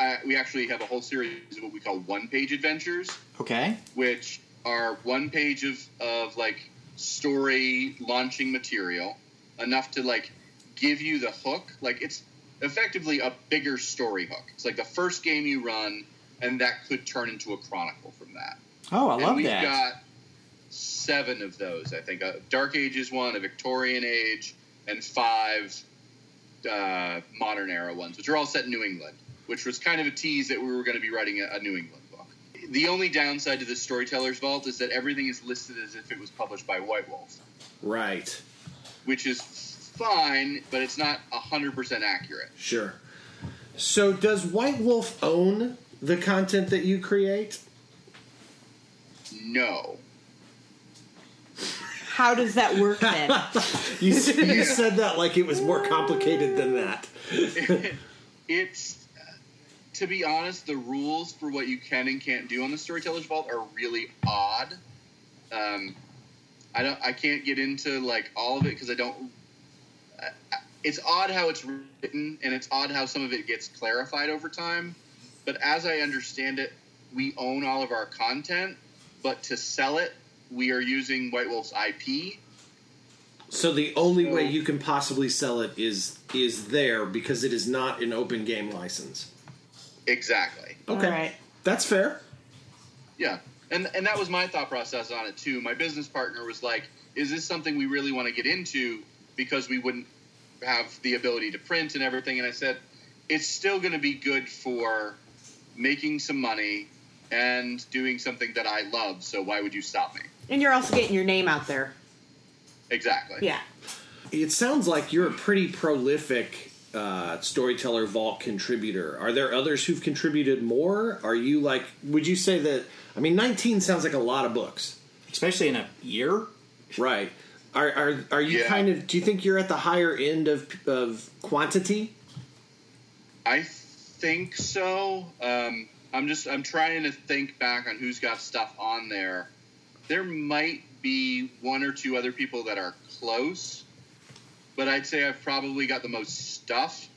Speaker 4: uh, we actually have a whole series of what we call one-page adventures,
Speaker 2: Okay.
Speaker 4: which are one page of, of like story launching material, enough to like give you the hook. Like it's effectively a bigger story hook. It's like the first game you run, and that could turn into a chronicle from that.
Speaker 2: Oh, I
Speaker 4: and
Speaker 2: love
Speaker 4: we've
Speaker 2: that.
Speaker 4: got seven of those, I think. A Dark Age is one, a Victorian Age, and five uh, modern era ones, which are all set in New England, which was kind of a tease that we were going to be writing a, a New England book. The only downside to this Storyteller's Vault is that everything is listed as if it was published by White Wolf,
Speaker 3: Right.
Speaker 4: which is fine, but it's not 100% accurate.
Speaker 3: Sure. So does White Wolf own the content that you create?
Speaker 4: No.
Speaker 1: How does that work then?
Speaker 3: You, s- you said that like it was more complicated than that.
Speaker 4: it's to be honest the rules for what you can and can't do on the storytellers vault are really odd um, i don't i can't get into like all of it because i don't I- I- it's odd how it's written and it's odd how some of it gets clarified over time but as i understand it we own all of our content but to sell it we are using white wolf's ip
Speaker 3: So the only
Speaker 4: So-
Speaker 3: way you can possibly sell it is is there because it is not an open game license.
Speaker 4: exactly
Speaker 3: Okay.
Speaker 1: All right.
Speaker 3: That's fair.
Speaker 4: Yeah, and and that was my thought process on it too. My business partner was like, "Is this something we really want to get into?" Because we wouldn't have the ability to print and everything. And I said, "It's still going to be good for making some money and doing something that I love. So why would you stop me?"
Speaker 1: and you're also getting your name out there.
Speaker 4: Exactly.
Speaker 1: Yeah.
Speaker 3: It sounds like you're a pretty prolific uh, storyteller vault contributor. Are there others who've contributed more? Are you like? Would you say that? I mean, 19 sounds like a lot of books,
Speaker 2: Especially in a year.
Speaker 3: right? Are are are you
Speaker 4: Yeah.
Speaker 3: kind of? Do you think you're at the higher end of of quantity?
Speaker 4: I think so. Um, I'm just I'm trying to think back on who's got stuff on there. There might be one or two other people that are close, but I'd say I've probably got the most stuff.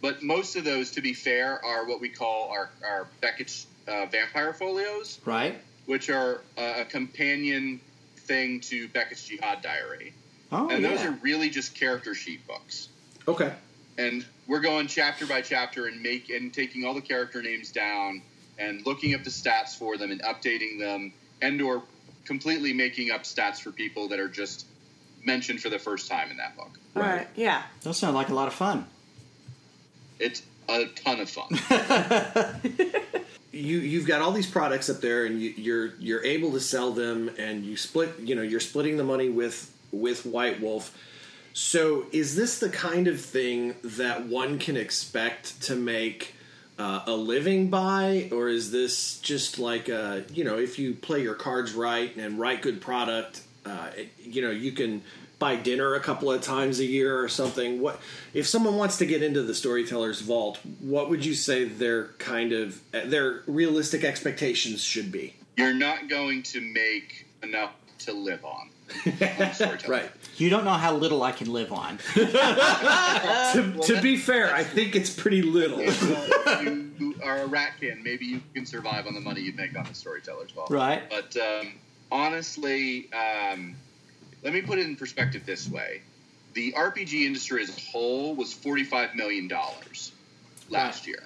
Speaker 4: But most of those, to be fair, are what we call our our Beckett's uh, vampire folios,
Speaker 2: Right.
Speaker 4: which are uh, a companion thing to Beckett's Jihad Diary,
Speaker 2: Oh,
Speaker 4: and
Speaker 2: yeah.
Speaker 4: those are really just character sheet books
Speaker 3: Okay.
Speaker 4: and we're going chapter by chapter and make and taking all the character names down and looking up the stats for them and updating them and or completely making up stats for people that are just mentioned for the first time in that book
Speaker 1: All right. Yeah.
Speaker 2: Those sound like a lot of fun.
Speaker 4: it's a ton of fun
Speaker 3: you you've got all these products up there and you, you're you're able to sell them and you split you know you're splitting the money with with white wolf so is this the kind of thing that one can expect to make uh, a living by or is this just like a you know if you play your cards right and write good product uh, it- you know you can buy dinner a couple of times a year or something what if someone wants to get into the storyteller's vault what would you say their kind of uh, their realistic expectations should be
Speaker 4: you're not going to make enough to live on, on storytelling.
Speaker 2: You don't know how little I can live on.
Speaker 3: to, to be fair i think it's pretty little
Speaker 4: Well, you you are a ratkin. Maybe you can survive on the money you make on the storyteller's vault.
Speaker 2: Right.
Speaker 4: But um, honestly, um, let me put it in perspective this way: the RPG industry as a whole was forty-five million dollars last year,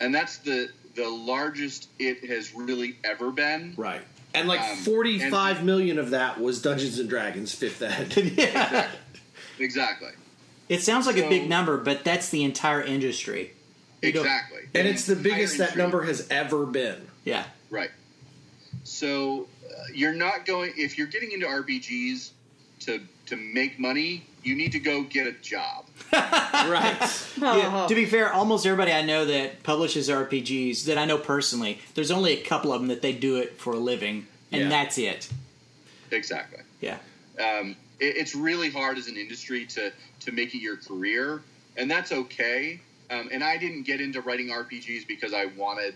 Speaker 4: and that's the the largest it has really ever been.
Speaker 3: right and like
Speaker 4: Um,
Speaker 3: forty-five million of that was dungeons and dragons fifth ed
Speaker 2: yeah.
Speaker 4: Exactly.
Speaker 2: It sounds like a big
Speaker 4: So-
Speaker 2: number, but that's the entire industry. You don't-
Speaker 4: Exactly.
Speaker 3: and it's the biggest
Speaker 4: Entire
Speaker 3: that
Speaker 4: industry.
Speaker 3: number has ever been
Speaker 2: Yeah.
Speaker 4: Right. So uh, you're not going if you're getting into RPGs to to make money, you need to go get a job.
Speaker 3: right
Speaker 2: Yeah, To be fair, almost everybody I know that publishes RPGs that I know personally, there's only a couple of them that they do it for a living, and
Speaker 3: Yeah.
Speaker 2: that's it.
Speaker 4: Exactly.
Speaker 2: Yeah.
Speaker 4: Um, it, it's really hard as an industry to to make it your career, and that's okay. Um, and I didn't get into writing RPGs because I wanted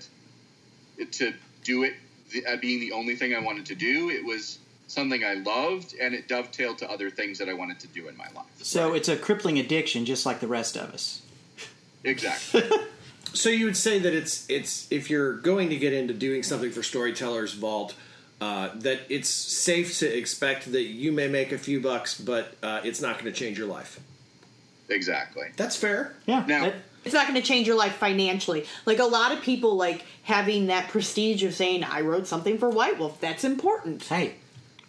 Speaker 4: it to do it th- uh, being the only thing I wanted to do. It was something I loved, and it dovetailed to other things that I wanted to do in my life.
Speaker 2: So it's a crippling addiction, just like the rest of us.
Speaker 4: Exactly.
Speaker 3: So you would say that it's it's if you're going to get into doing something for Storytellers Vault, uh, that it's safe to expect that you may make a few bucks, but uh, it's not going to change your life.
Speaker 4: Exactly.
Speaker 3: That's fair.
Speaker 2: Yeah.
Speaker 4: Now-
Speaker 2: that-
Speaker 1: It's not going to change your life financially. Like a lot of people like having that prestige of saying I wrote something for White Wolf. That's important.
Speaker 2: hey,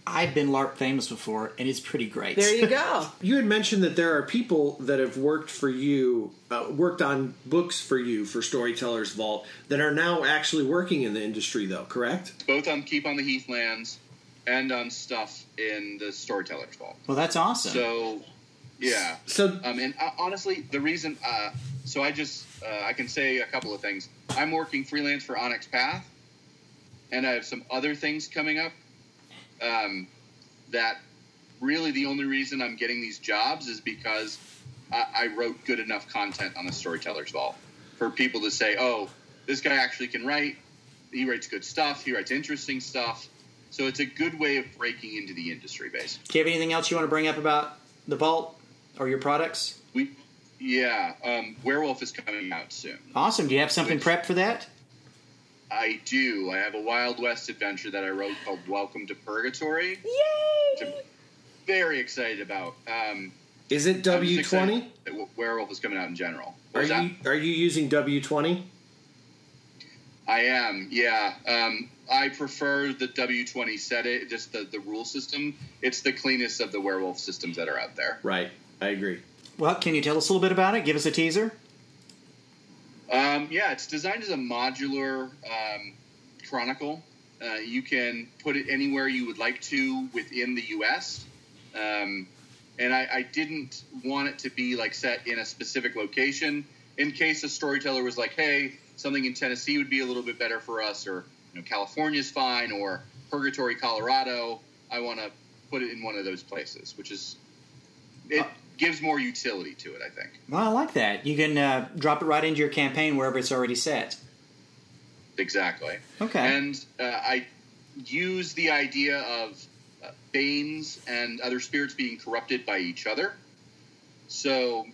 Speaker 2: I've been LARP famous before, and it's pretty great.
Speaker 1: There you go.
Speaker 3: You had mentioned that there are people that have worked for you, uh, worked on books for you for Storytellers Vault that are now actually working in the industry, though. Correct?
Speaker 4: Both on Keep on the Heathlands and on stuff in the Storyteller's Vault.
Speaker 2: well, that's awesome.
Speaker 4: So, yeah.
Speaker 3: So
Speaker 4: Um, and uh, honestly, the reason, uh, so I just, uh, I can say a couple of things. I'm working freelance for Onyx Path, and I have some other things coming up. Um, that really the only reason I'm getting these jobs is because I, I wrote good enough content on the Storyteller's Vault for people to say, oh, this guy actually can write. He writes good stuff. He writes interesting stuff. So it's a good way of breaking into the industry, basically.
Speaker 2: Do you have anything else you want to bring up about the vault or your products?
Speaker 4: We, yeah, um, Werewolf is coming out soon.
Speaker 2: Awesome. Do you have something prepped for that?
Speaker 4: I do. I have a Wild West adventure that I wrote called Welcome to Purgatory.
Speaker 1: Yay!
Speaker 4: Which I'm very excited about. Um,
Speaker 3: is it
Speaker 4: I'm just
Speaker 3: W twenty?
Speaker 4: excited that W- Werewolf is coming out in general. What
Speaker 3: Are
Speaker 4: was that?
Speaker 3: you are you using W twenty?
Speaker 4: I am. Yeah. Um, I prefer the W twenty set it just the the rule system. It's the cleanest of the werewolf systems that are out there.
Speaker 3: Right. I agree.
Speaker 2: Well, can you tell us a little bit about it? Give us a teaser.
Speaker 4: Um, yeah, it's designed as a modular um, chronicle. Uh, you can put it anywhere you would like to within the U.S. Um, and I, I didn't want it to be like set in a specific location in case a storyteller was like, "Hey, something in Tennessee would be a little bit better for us," or you know, California's fine, or Purgatory, Colorado. I want to put it in one of those places, which is it gives more utility to it. I think.
Speaker 2: Well, I like that. You can uh, drop it right into your campaign wherever it's already set.
Speaker 4: Exactly.
Speaker 2: Okay.
Speaker 4: And uh, I use the idea of uh, Banes and other spirits being corrupted by each other. So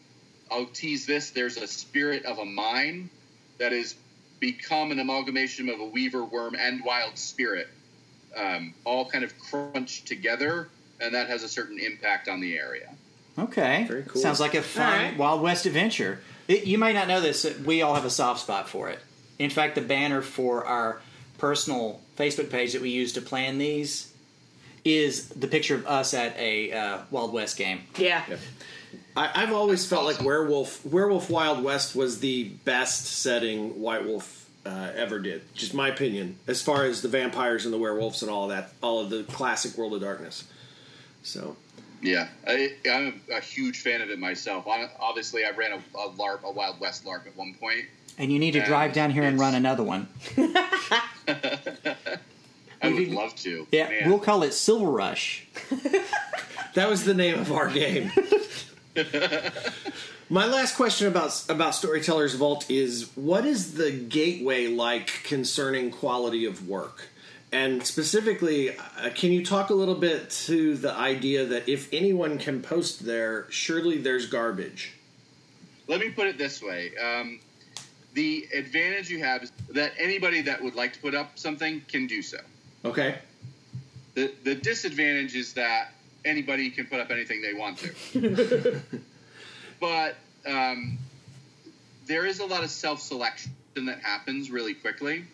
Speaker 4: I'll tease this there's a spirit of a mine that has become an amalgamation of a weaver, worm, and wild spirit, um, all kind of crunched together, and that has a certain impact on the area.
Speaker 2: Okay.
Speaker 3: Very cool.
Speaker 2: Sounds like a fun
Speaker 1: All right.
Speaker 2: Wild West adventure. It, you may not know this, but we all have a soft spot for it. In fact, the banner for our personal Facebook page that we use to plan these is the picture of us at a uh, Wild West game.
Speaker 1: Yeah.
Speaker 3: I, I've always felt like Werewolf Werewolf Wild West was the best setting White Wolf uh, ever did. Just my opinion, as far as the vampires and the werewolves and all that, all of the classic World of Darkness. So
Speaker 4: Yeah, I, I'm a huge fan of it myself. I, obviously, I ran a, a LARP, a Wild West LARP at one point.
Speaker 2: And you need to
Speaker 4: And
Speaker 2: drive down here and
Speaker 4: it's-
Speaker 2: run another one.
Speaker 4: I would
Speaker 2: Maybe-
Speaker 4: love to.
Speaker 2: Yeah,
Speaker 4: Man.
Speaker 2: we'll call it Silver Rush.
Speaker 3: that was the name of our game. my last question about about Storytellers Vault is: What is the gateway like concerning quality of work? And specifically, uh, can you talk a little bit to the idea that if anyone can post there, surely there's garbage?
Speaker 4: let me put it this way um, the advantage you have is that anybody that would like to put up something can do so
Speaker 3: Okay.
Speaker 4: the, the disadvantage is that anybody can put up anything they want to but um, there is a lot of self-selection that happens really quickly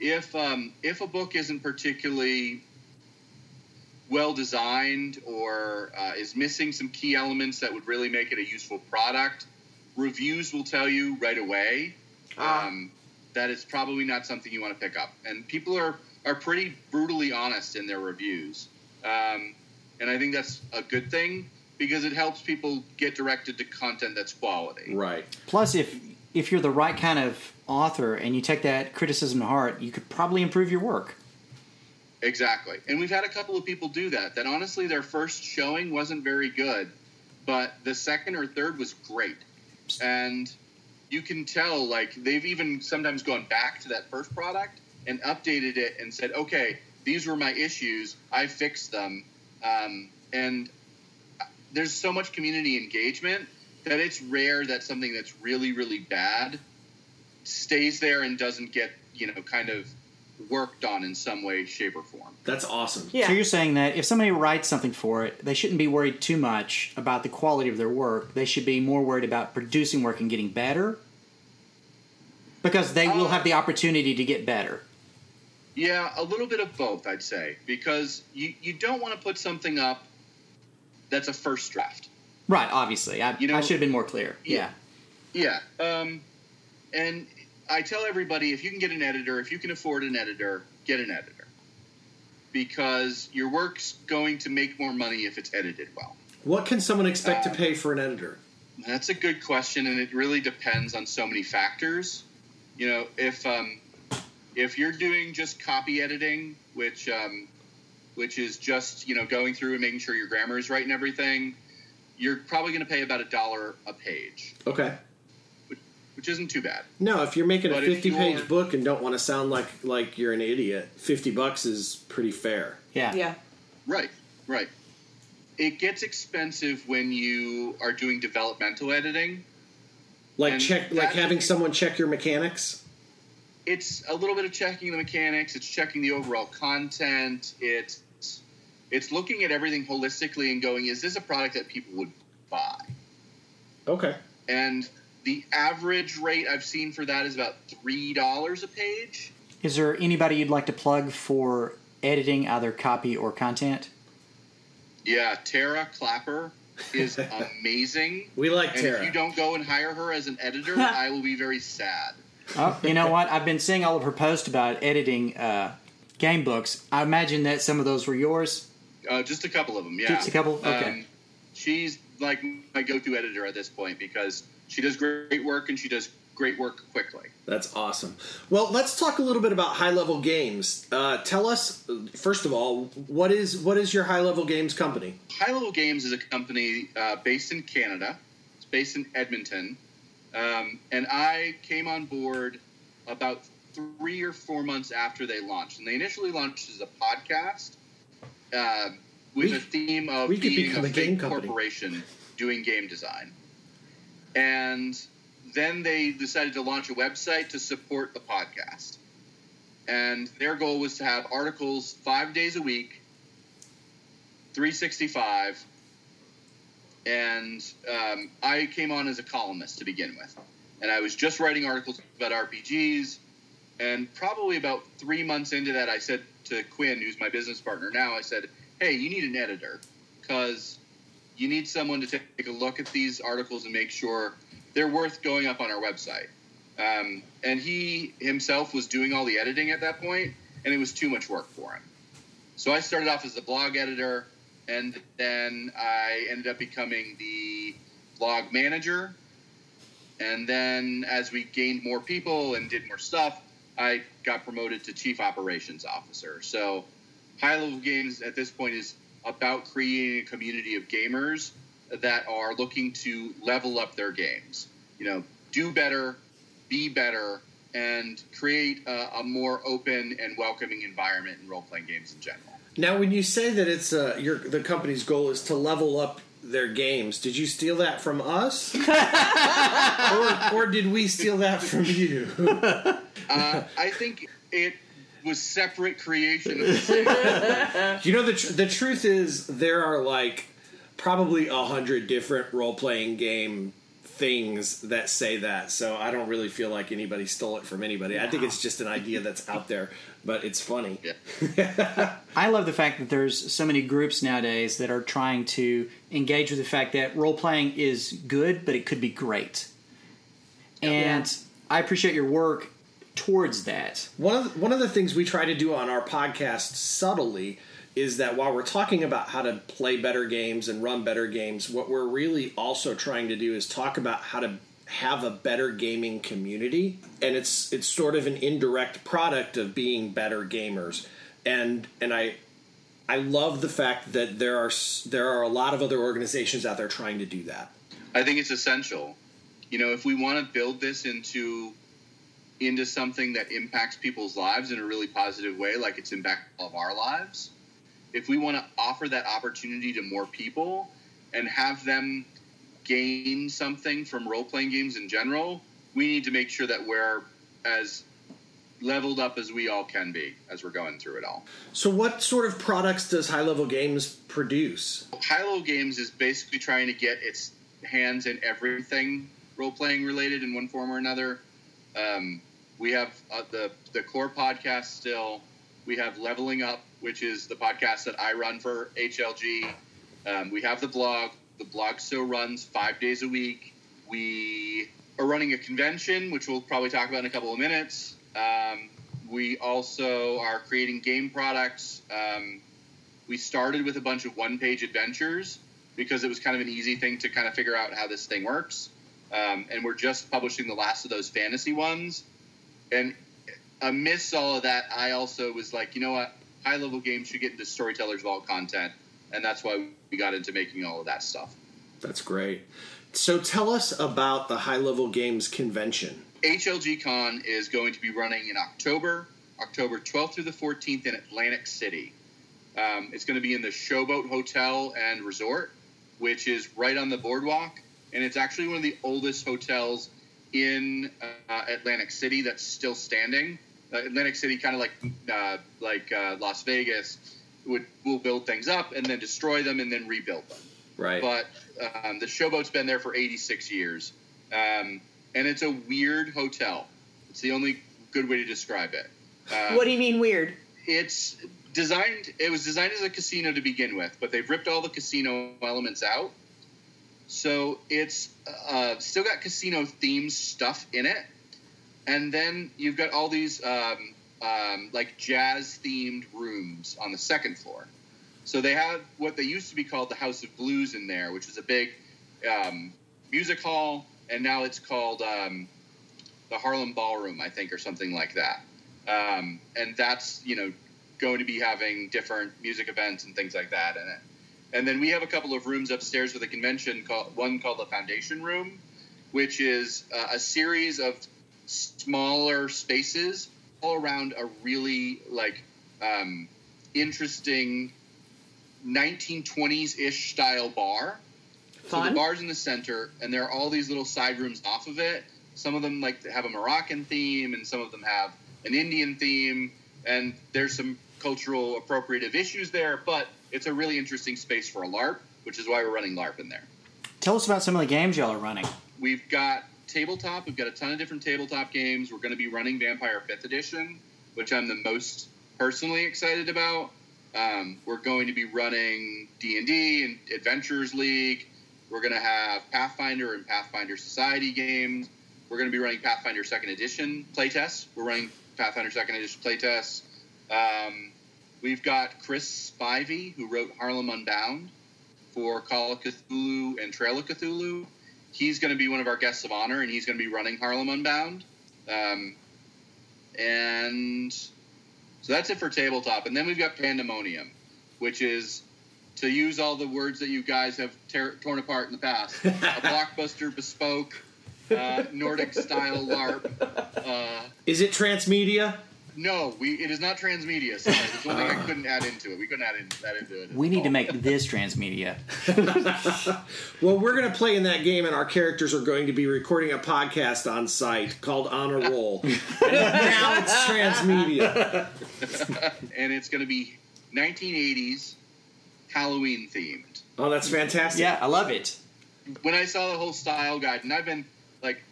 Speaker 4: if um, if a book isn't particularly well designed or uh, is missing some key elements that would really make it a useful product, reviews will tell you right away um, that it's probably not something you want to pick up. And people are are pretty brutally honest in their reviews, um, and I think that's a good thing because it helps people get directed to content that's quality.
Speaker 3: Right.
Speaker 2: Plus, if if you're the right kind of author and you take that criticism to heart, you could probably improve your work.
Speaker 4: Exactly. And we've had a couple of people do that, that honestly their first showing wasn't very good, but the second or third was great. And you can tell, like, they've even sometimes gone back to that first product and updated it and said, okay, these were my issues. I fixed them. Um, and there's so much community engagement that it's rare that something that's really, really bad stays there and doesn't get you know kind of worked on in some way, shape, or form.
Speaker 3: That's awesome.
Speaker 1: Yeah.
Speaker 2: So you're saying that if somebody writes something for it, they shouldn't be worried too much about the quality of their work. They should be more worried about producing work and getting better because they will
Speaker 4: Uh,
Speaker 2: have the opportunity to get better.
Speaker 4: Yeah, a little bit of both, I'd say, because you you don't want to put something up that's a first draft.
Speaker 2: Right, obviously. I,
Speaker 4: You know-
Speaker 2: I should have been more clear. Yeah.
Speaker 4: Yeah. Yeah. Um, and I tell everybody if you can get an editor, if you can afford an editor, get an editor. Because your work's going to make more money if it's edited well.
Speaker 3: What can someone expect to pay for an editor?
Speaker 4: That's a good question, and it really depends on so many factors. You know, if um, if you're doing just copy editing, which um, which is just you know going through and making sure your grammar is right and everything, you're probably going to pay about a dollar a page,
Speaker 3: Okay.
Speaker 4: which isn't too bad.
Speaker 3: No, if you're making
Speaker 4: But
Speaker 3: a
Speaker 4: if
Speaker 3: 50 page
Speaker 4: you're-
Speaker 3: book and don't want to sound like like you're an idiot, 50 bucks is pretty fair.
Speaker 2: Yeah.
Speaker 1: yeah.
Speaker 4: Right, right. It gets expensive when you are doing developmental editing.
Speaker 3: Like
Speaker 4: And
Speaker 3: check like
Speaker 4: that-
Speaker 3: having someone check your mechanics.
Speaker 4: It's a little bit of checking the mechanics. It's checking the overall content. It's it's looking at everything holistically and going, is this a product that people would buy?
Speaker 3: Okay.
Speaker 4: And the average rate I've seen for that is about three dollars a page.
Speaker 2: Is there anybody you'd like to plug for editing either copy or content?
Speaker 4: Yeah, Tara Clapper is amazing.
Speaker 3: We like
Speaker 4: and
Speaker 3: Tara.
Speaker 4: if you don't go and hire her as an editor, I will be very sad.
Speaker 2: Oh, you know what? I've been seeing all of her posts about editing uh, game books. I imagine that some of those were yours.
Speaker 4: Uh, just a couple of them, yeah.
Speaker 2: Just a couple? Okay.
Speaker 4: Um, she's like my go-to editor at this point because she does great work and she does great work quickly.
Speaker 3: That's awesome. Well, let's talk a little bit about high level games. Uh, tell us first of all, what is what is your high level games company?
Speaker 4: High Level Games is a company uh, based in Canada. It's based in Edmonton, um, and I came on board about three or four months after they launched. And they initially launched as a podcast uh, with
Speaker 3: We-
Speaker 4: a theme of
Speaker 3: we could
Speaker 4: being
Speaker 3: become
Speaker 4: a
Speaker 3: a game
Speaker 4: big
Speaker 3: company.
Speaker 4: corporation doing game design. And then they decided to launch a website to support the podcast. And their goal was to have articles five days a week 365, and um, I came on as a columnist to begin with, and I was just writing articles about RPGs. And probably about three months into that, I said to Quinn, who's my business partner now, I said, "Hey, you need an editor, because you need someone to ta- take a look at these articles and make sure they're worth going up on our website." Um, and he himself was doing all the editing at that point, and it was too much work for him. So I started off as the blog editor, and then I ended up becoming the blog manager. And then as we gained more people and did more stuff, I got promoted to chief operations officer. So high level games at this point is about creating a community of gamers that are looking to level up their games. You know, do better, be better, and create a, a more open and welcoming environment in role playing games in general.
Speaker 3: Now, when you say that it's uh, your the company's goal is to level up their games, did you steal that from us, or, or did we steal that from you?
Speaker 4: Uh, I think it was separate creation. Of the same.
Speaker 3: You know the tr- the truth is there are like probably a hundred different role playing game things that say that. So I don't really feel like anybody stole it from anybody. I think it's just an idea that's out there, but it's funny.
Speaker 4: Yeah.
Speaker 2: I love the fact that there's so many groups nowadays that are trying to engage with the fact that role playing is good, but it could be great. And I appreciate your work towards that.
Speaker 3: One of the, one of the things we try to do on our podcast subtly is that while we're talking about how to play better games and run better games, what we're really also trying to do is talk about how to have a better gaming community, and it's it's sort of an indirect product of being better gamers. And and I I love the fact that there are s- there are a lot of other organizations out there trying to do that.
Speaker 4: I think it's essential. You know, if we want to build this into into something that impacts people's lives in a really positive way, like it's impacted all of our lives, if we want to offer that opportunity to more people and have them gain something from role playing games in general, we need to make sure that we're as leveled up as we all can be as we're going through it all.
Speaker 3: So, what sort of products does High Level Games produce?
Speaker 4: High Low Games is basically trying to get its hands in everything role playing related in one form or another. Um, we have uh, the the core podcast still. We have Leveling Up, which is the podcast that I run for HLG. Um, we have the blog. The blog still runs five days a week. We are running a convention, which we'll probably talk about in a couple of minutes. Um, we also are creating game products. Um, we started with a bunch of one page adventures because it was kind of an easy thing to kind of figure out how this thing works. Um, and we're just publishing the last of those fantasy ones. And amidst all of that, I also was like, you know what? High level games should get into Storytellers Vault content. And that's why we got into making all of that stuff.
Speaker 3: That's great. So, tell us about the High Level Games convention.
Speaker 4: HLG Con is going to be running in October, October 12th through the 14th in Atlantic City. Um, it's going to be in the Showboat Hotel and Resort, which is right on the boardwalk, and it's actually one of the oldest hotels in uh, Atlantic City that's still standing. Uh, Atlantic City, kind of like uh, like uh, Las Vegas, would will build things up and then destroy them and then rebuild them.
Speaker 3: Right.
Speaker 4: But um, the Showboat's been there for 86 years. Um, and it's a weird hotel. It's the only good way to describe it. Um,
Speaker 1: What do you mean weird?
Speaker 4: it's designed. It was designed as a casino to begin with, but they've ripped all the casino elements out. So it's uh, still got casino themed stuff in it, and then you've got all these um, um, like jazz themed rooms on the second floor. So they have what they used to be called the House of Blues in there, which is a big um, music hall, and now it's called um, the Harlem Ballroom, I think, or something like that. Um, and that's you know going to be having different music events and things like that in it. And then we have a couple of rooms upstairs for the convention, called, one called the Foundation Room, which is uh, a series of smaller spaces all around a really like um, interesting 1920s ish style bar. So the
Speaker 1: Fun?
Speaker 4: bar's in the center, and there are all these little side rooms off of it. Some of them like have a Moroccan theme, and some of them have an Indian theme. And there's some cultural appropriative issues there, but it's a really interesting space for a LARP, which is why we're running LARP in there.
Speaker 2: Tell us about some of the games y'all are running.
Speaker 4: We've got tabletop. We've got a ton of different tabletop games. We're going to be running Vampire Fifth Edition, which I'm the most personally excited about. Um, we're going to be running D and D and Adventures League. We're going to have Pathfinder and Pathfinder Society games. We're going to be running Pathfinder Second Edition playtests. We're running Pathfinder Second Edition playtests. Um, we've got Chris Spivey, who wrote Harlem Unbound for Call of Cthulhu and Trail of Cthulhu he's going to be one of our guests of honor, and he's going to be running Harlem Unbound. Um, and so that's it for tabletop. And then we've got Pandemonium, which is to use all the words that you guys have tear torn apart in the past a blockbuster bespoke uh, Nordic style LARP. Uh,
Speaker 3: Is it transmedia?
Speaker 4: no, we it is not transmedia. So it's one thing I couldn't add into it. We couldn't add in, that into it.
Speaker 2: We need to make this transmedia.
Speaker 3: Well, we're going to play in that game, and our characters are going to be recording a podcast on site called On a Roll. And now it's transmedia.
Speaker 4: and it's going to be 1980s Halloween themed.
Speaker 3: Oh, that's fantastic.
Speaker 2: Yeah, I love it.
Speaker 4: when I saw the whole style guide, and I've been like,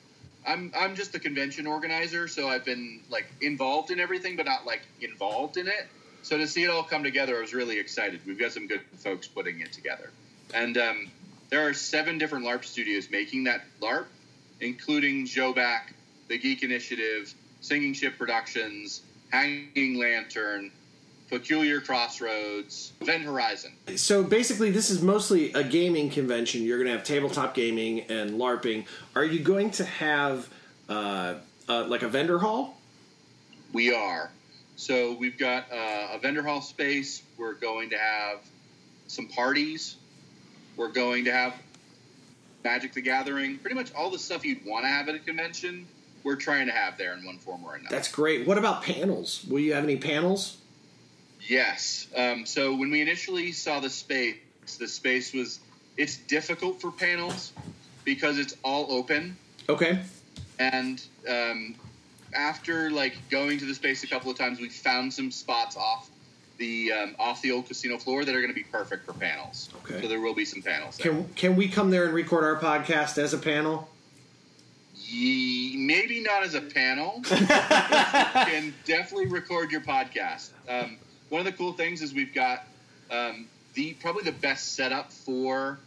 Speaker 4: I'm I'm just the convention organizer, so I've been like involved in everything, but not like involved in it. So to see it all come together, I was really excited. We've got some good folks putting it together, and um, there are seven different LARP studios making that LARP, including Joe Back, the Geek Initiative, Singing Ship Productions, Hanging Lantern, Peculiar Crossroads, Event Horizon.
Speaker 3: So basically, this is mostly a gaming convention. You're going to have tabletop gaming and LARPing. Are you going to have uh, uh, like a vendor hall?
Speaker 4: We are. So we've got uh, a vendor hall space. We're going to have some parties. We're going to have Magic the Gathering. Pretty much all the stuff you'd want to have at a convention, we're trying to have there in one form or another.
Speaker 3: That's great. What about panels? Will you have any panels?
Speaker 4: Yes. Um, so when we initially saw the space, the space was it's difficult for panels because it's all open.
Speaker 3: Okay.
Speaker 4: and um, after like going to the space a couple of times, we found some spots off the um, off the old casino floor that are going to be perfect for panels.
Speaker 3: Okay.
Speaker 4: So there will be some panels. There.
Speaker 3: Can can we come there and record our podcast as a panel?
Speaker 4: Ye- maybe not as a panel. You can definitely record your podcast. Um, one of the cool things is we've got um, the probably the best setup for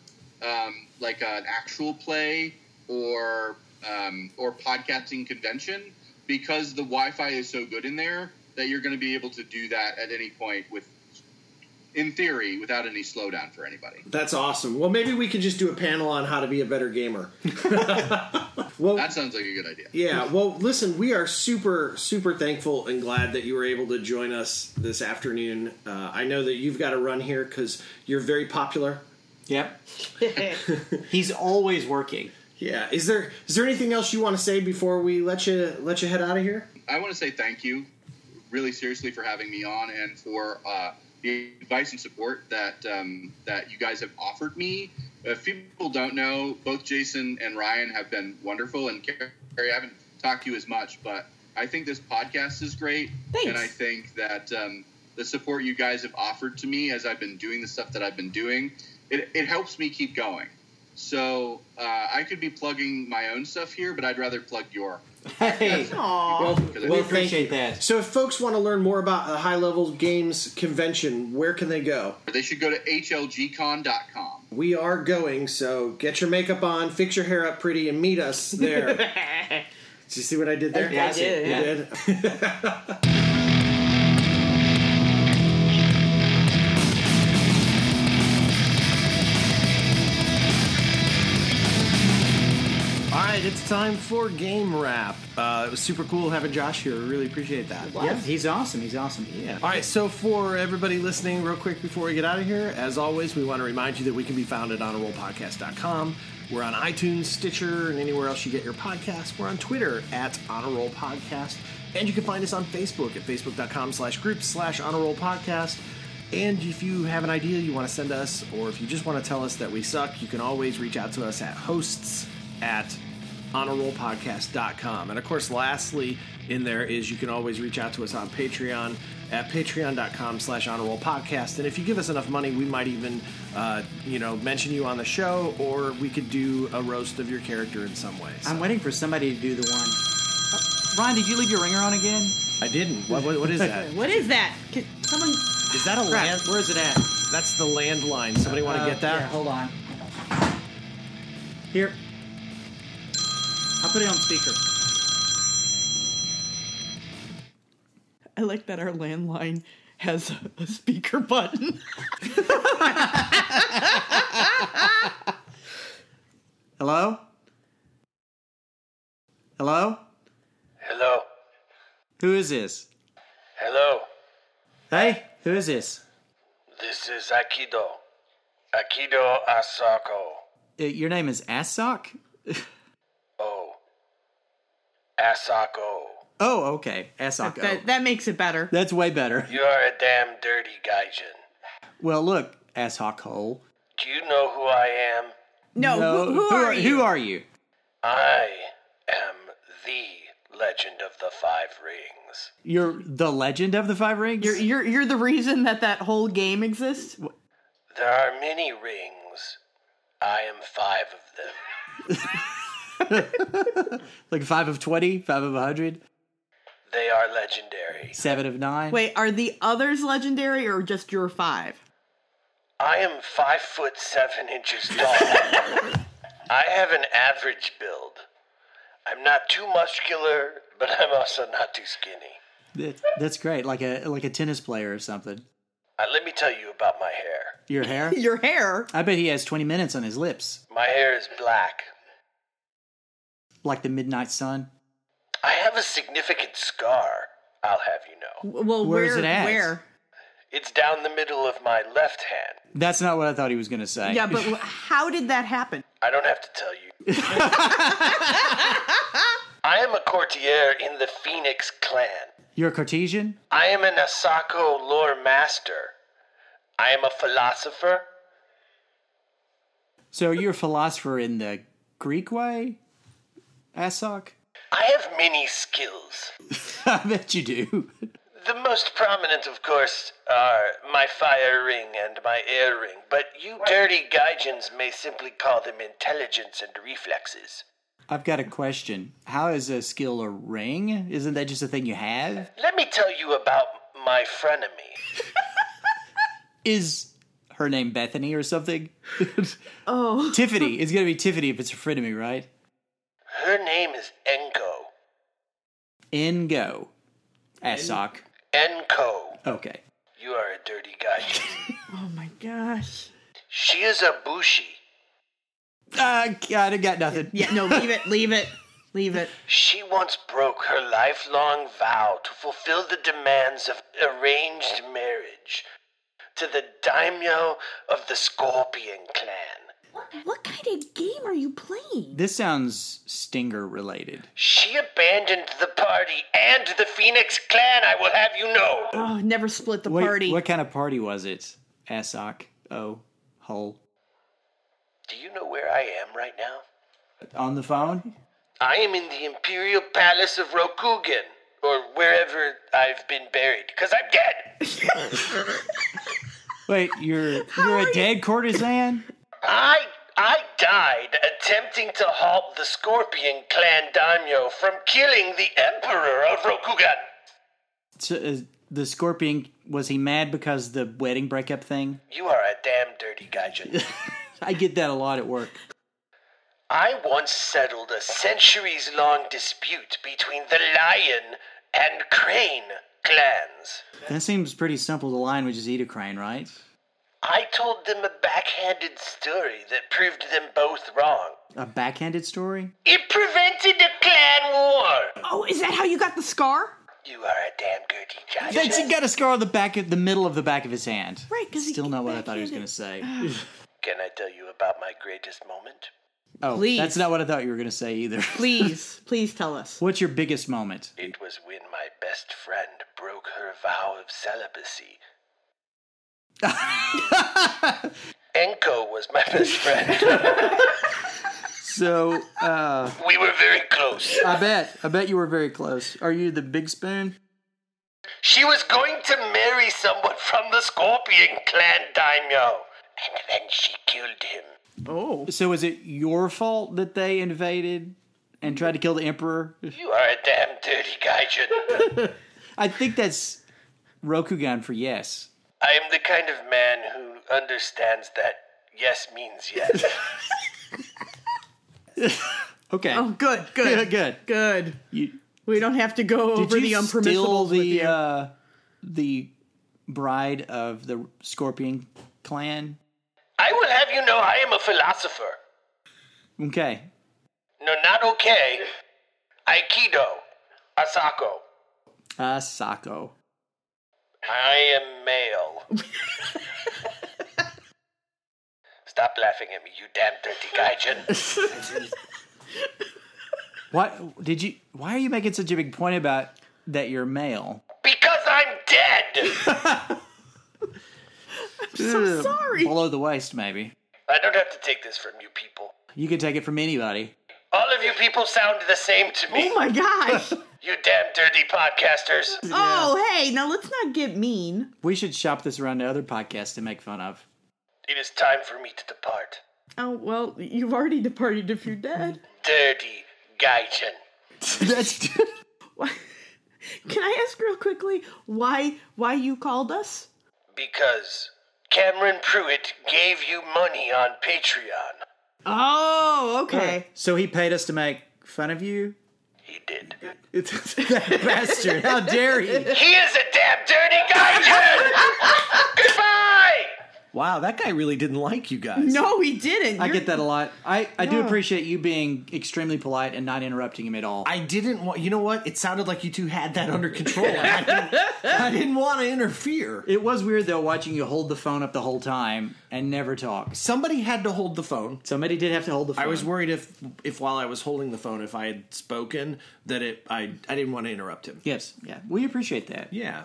Speaker 4: um, like an actual play or um, or podcasting convention because the Wi-Fi is so good in there that you're going to be able to do that at any point with, in theory, without any slowdown for anybody.
Speaker 3: That's awesome. Well, maybe we could just do a panel on how to be a better gamer. well,
Speaker 4: That sounds like a good idea.
Speaker 3: yeah. Well, listen, we are super super thankful and glad that you were able to join us this afternoon. Uh, I know that you've got to run here because you're very popular.
Speaker 2: Yep. He's always working.
Speaker 3: Yeah. Is there is there anything else you want to say before we let you let you head out of here?
Speaker 4: I want to say thank you, really seriously, for having me on and for uh, the advice and support that um, that you guys have offered me. If people don't know, both Jason and Ryan have been wonderful, and Carrie, I haven't talked to you as much, but I think this podcast is great,
Speaker 1: Thanks.
Speaker 4: and I think that um, the support you guys have offered to me as I've been doing the stuff that I've been doing, it, it helps me keep going. So uh, I could be plugging my own stuff here, but I'd rather plug your.
Speaker 2: Hey,
Speaker 1: Aw.
Speaker 4: because I
Speaker 2: we
Speaker 3: well,
Speaker 4: think-
Speaker 2: appreciate that.
Speaker 3: So, if folks want to learn more about the High Level Games Convention, where can they go?
Speaker 4: They should go to hlgcon.com.
Speaker 3: We are going, so get your makeup on, fix your hair up pretty, and meet us there. Did you see what I did there?
Speaker 2: Yeah, I see.
Speaker 1: did,
Speaker 2: Yeah.
Speaker 3: I did. All right, it's time for game wrap. Uh, it was super cool having Josh here. Really appreciate that.
Speaker 2: Yeah, he's awesome. He's awesome. Yeah.
Speaker 3: All right, so for everybody listening, real quick before we get out of here, as always, we want to remind you that we can be found at honorrollpodcast.com. We're on iTunes, Stitcher, and anywhere else you get your podcasts. We're on Twitter at Honor Roll Podcast. And you can find us on Facebook at facebook.com slash group slash honor roll podcast. And if you have an idea you want to send us, or if you just want to tell us that we suck, you can always reach out to us at hosts at honorrollpodcast.com. And of course, lastly, in there is you can always reach out to us on Patreon at patreon.com slash honorrollpodcast. And if you give us enough money, we might even, uh, you know, mention you on the show or we could do a roast of your character in some way. So-
Speaker 2: I'm waiting for somebody to do the one. Uh, Ryan, did you leave your ringer on again?
Speaker 3: I didn't. What, what, what is that?
Speaker 1: what is that? Can someone
Speaker 3: is that a
Speaker 2: Crap,
Speaker 3: land?
Speaker 2: Uh, where is it at?
Speaker 3: That's the landline. Somebody want to
Speaker 2: Uh,
Speaker 3: get that?
Speaker 2: Yeah, hold on. Here. I'll put it on speaker.
Speaker 1: I like that our landline has a speaker button.
Speaker 2: Hello? Hello?
Speaker 5: Hello.
Speaker 2: Who is this?
Speaker 5: Hello.
Speaker 2: Hey, who is this?
Speaker 5: This is Akido. Akido Asako.
Speaker 2: Uh, your name is Assock?
Speaker 5: Oh. Asako.
Speaker 2: Oh, okay. Assock. oh.
Speaker 1: that, that makes it better.
Speaker 2: That's way better.
Speaker 5: You are a damn dirty gaijin.
Speaker 2: Well, look, Asshock Hole.
Speaker 5: Do you know who I am?
Speaker 1: No, who, who, are, you?
Speaker 2: Who are you?
Speaker 5: I am the legend of the five rings.
Speaker 2: You're the legend of the Five Rings?
Speaker 1: You're, you're you're the reason that that whole game exists.
Speaker 5: There are many rings. I am five of them.
Speaker 2: like 5 of 20, 5 of 100,
Speaker 5: They are legendary.
Speaker 2: 7 of 9.
Speaker 1: Wait, are the others legendary or just your five?
Speaker 5: I am five foot seven inches tall. I have an average build. I'm not too muscular, but I'm also not too skinny.
Speaker 2: That- That's great. Like a like a tennis player or something.
Speaker 5: Uh, let me tell you about my hair.
Speaker 2: Your hair?
Speaker 1: Your hair.
Speaker 2: I bet he has 20 minutes on his lips,
Speaker 5: My hair is black.
Speaker 2: like the midnight sun.
Speaker 5: I have a significant scar, I'll have you know.
Speaker 1: W- Well,
Speaker 2: Where is it at?
Speaker 1: Where?
Speaker 5: It's down the middle of my left hand.
Speaker 2: That's not what I thought he was going to say.
Speaker 1: Yeah, but wh- how did that happen?
Speaker 5: I don't have to tell you. I am a courtier in the Phoenix clan.
Speaker 2: You're a Cartesian?
Speaker 5: I am an Asako lore master. I am a philosopher.
Speaker 2: So you're a philosopher in the Greek way? Asok?
Speaker 5: I have many skills.
Speaker 2: I bet you do.
Speaker 5: The most prominent, of course, are my fire ring and my air ring, but you dirty Gaijins may simply call them intelligence and reflexes.
Speaker 2: I've got a question. How is a skill a ring? Isn't that just a thing you have?
Speaker 5: Let me tell you about my frenemy.
Speaker 2: Is her name Bethany or something?
Speaker 1: Oh.
Speaker 2: Tiffany. It's going to be Tiffany if it's a frenemy, right?
Speaker 5: Her name is Enko.
Speaker 2: Engo. Asok.
Speaker 5: Enko.
Speaker 2: Okay.
Speaker 5: You are a dirty Gaijin.
Speaker 1: Oh my gosh.
Speaker 5: She is a bushi.
Speaker 2: Uh, God, I got nothing.
Speaker 1: Yeah, no, leave it, leave it, leave it.
Speaker 5: She once broke her lifelong vow to fulfill the demands of arranged marriage to the daimyo of the Scorpion clan.
Speaker 6: What kind of game are you playing?
Speaker 2: This sounds Stinger related.
Speaker 5: She abandoned the party and the Phoenix clan, I will have you know.
Speaker 1: Oh, never split the
Speaker 2: What,
Speaker 1: party.
Speaker 2: what kind of party was it? Asok. Oh, hole.
Speaker 5: Do you know where I am right now?
Speaker 2: On the phone?
Speaker 5: I am in the Imperial Palace of Rokugan, or wherever I've been buried, because I'm dead.
Speaker 2: Wait, you're you're a dead courtesan?
Speaker 5: I I died attempting to halt the Scorpion clan daimyo from killing the Emperor of Rokugan.
Speaker 2: So, uh, the scorpion was he mad because the wedding breakup thing?
Speaker 5: You are a damn dirty gaijin.
Speaker 2: I get that a lot at work.
Speaker 5: I once settled a centuries long dispute between the lion and crane clans.
Speaker 2: That seems pretty simple. The lion would just eat a crane, right?
Speaker 5: I told them a backhanded story that proved them both wrong.
Speaker 2: A backhanded story?
Speaker 5: It prevented a clan war.
Speaker 1: oh, is that how you got the scar?
Speaker 5: You are a damn dirty giant.
Speaker 2: That's he got a scar on the back of the middle of the back of his hand.
Speaker 1: Right, 'cause he
Speaker 2: still not what I thought he was going
Speaker 1: backhanded-
Speaker 2: to say.
Speaker 5: Can I tell you about my greatest moment?
Speaker 2: Oh,
Speaker 1: Please.
Speaker 2: that's not what I thought you were going to say either.
Speaker 1: Please, please tell us.
Speaker 2: What's your biggest moment?
Speaker 5: It was when my best friend broke her vow of celibacy. Enko was my best friend.
Speaker 2: So, uh,
Speaker 5: we were very close.
Speaker 2: I bet, I bet you were very close. Are you the big spoon?
Speaker 5: She was going to marry someone from the Scorpion clan daimyo. And then she killed him.
Speaker 1: Oh.
Speaker 2: So, is it your fault that they invaded and tried to kill the emperor?
Speaker 5: You are a damn dirty gaijin.
Speaker 2: I think that's Rokugan for yes.
Speaker 5: I am the kind of man who understands that yes means yes.
Speaker 2: Okay,
Speaker 1: Oh, good,
Speaker 2: Yeah,
Speaker 1: good,
Speaker 2: good.
Speaker 1: good.
Speaker 2: You,
Speaker 1: We don't have to go
Speaker 2: did
Speaker 1: over the
Speaker 2: you steal
Speaker 1: unpermissible.
Speaker 2: the uh, the bride of the Scorpion clan?
Speaker 5: I will have you know I am a philosopher.
Speaker 2: Okay,
Speaker 5: No, not okay. Aikido. Asako.
Speaker 2: uh, Sako.
Speaker 5: I am male. Stop laughing at me, you damn dirty gaijin.
Speaker 2: What did you? Why are you making such a big point about that you're male?
Speaker 5: Because I'm dead!
Speaker 2: So
Speaker 1: sorry.
Speaker 2: Below the waist, maybe.
Speaker 5: I don't have to take this from you people.
Speaker 2: You can take it from anybody.
Speaker 5: All of you people sound the same to me.
Speaker 1: Oh my gosh.
Speaker 5: You damn dirty podcasters.
Speaker 1: Oh, hey, now let's not get mean.
Speaker 2: We should shop this around to other podcasts to make fun of.
Speaker 5: It is time for me to depart.
Speaker 1: Oh, well, you've already departed if you're dead.
Speaker 5: Dirty gaijin.
Speaker 2: That's
Speaker 1: Can I ask real quickly why why you called us?
Speaker 5: Because Cameron Pruitt gave you money on Patreon.
Speaker 1: Oh, okay.
Speaker 2: so he paid us to make fun of you.
Speaker 5: He did.
Speaker 2: It's that bastard! How dare he?
Speaker 5: He is a damn dirty gaijin! Goodbye!
Speaker 3: Wow, that guy really didn't like you guys.
Speaker 1: No, we didn't.
Speaker 2: I
Speaker 1: You're-
Speaker 2: get that a lot. I, I do appreciate you being extremely polite and not interrupting him at all.
Speaker 3: I didn't want. You know what? It sounded like you two had that under control. I didn't, I didn't want to interfere.
Speaker 2: it was weird though watching you hold the phone up the whole time and never talk.
Speaker 3: Somebody had to hold the phone.
Speaker 2: Somebody did have to hold the phone.
Speaker 3: I was worried if, if while I was holding the phone, if I had spoken, that it, I, I didn't want to interrupt him.
Speaker 2: Yes, yeah, we appreciate that.
Speaker 3: Yeah.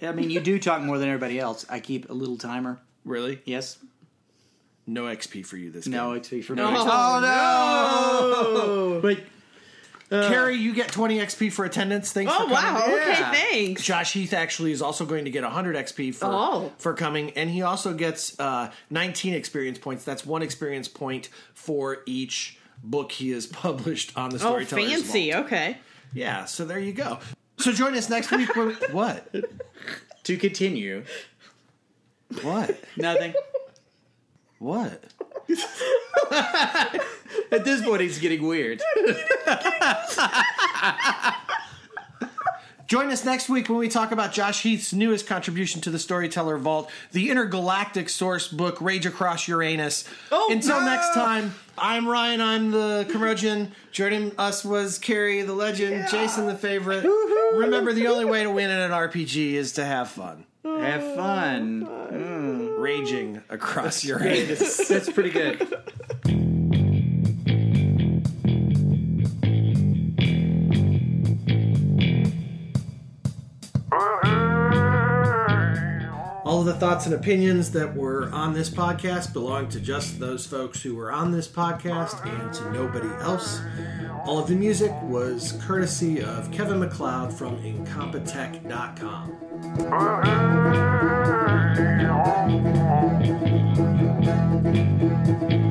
Speaker 2: I mean, you do talk more than everybody else. I keep a little timer.
Speaker 3: Really?
Speaker 2: Yes.
Speaker 3: No XP for you this
Speaker 2: No,
Speaker 3: game.
Speaker 2: it's for me.
Speaker 1: Oh,
Speaker 2: Oh no! But
Speaker 3: Carrie, you get 20 XP for attendance. Thanks
Speaker 1: uh, Oh
Speaker 3: for coming.
Speaker 1: wow!
Speaker 3: Yeah.
Speaker 1: Okay, thanks.
Speaker 3: Josh Heath actually is also going to get 100 XP for
Speaker 1: Oh.
Speaker 3: for coming, and he also gets uh, 19 experience points. That's one experience point for each book he has published on the
Speaker 1: Oh,
Speaker 3: Storyteller's
Speaker 1: fancy.
Speaker 3: Vault.
Speaker 1: Okay.
Speaker 3: Yeah, so there you go. So join us next week. When, what?
Speaker 2: To continue,
Speaker 3: What?
Speaker 2: nothing.
Speaker 3: What?
Speaker 2: At this point, it's getting weird.
Speaker 3: Join us next week when we talk about Josh Heath's newest contribution to the Storyteller Vault, the intergalactic source book, Rage Across Uranus.
Speaker 1: Oh,
Speaker 3: Until
Speaker 1: no.
Speaker 3: next time, I'm Ryan, I'm the curmudgeon. Joining us was Carrie, the legend, Jason, the favorite. Remember, the only way to win in an RPG is to have fun.
Speaker 2: Have fun.
Speaker 3: Raging across Uranus.
Speaker 2: That's pretty good.
Speaker 3: All of the thoughts and opinions that were on this podcast belong to just those folks who were on this podcast and to nobody else. All of the music was courtesy of Kevin McLeod from Incompetech.com.
Speaker 7: Oh,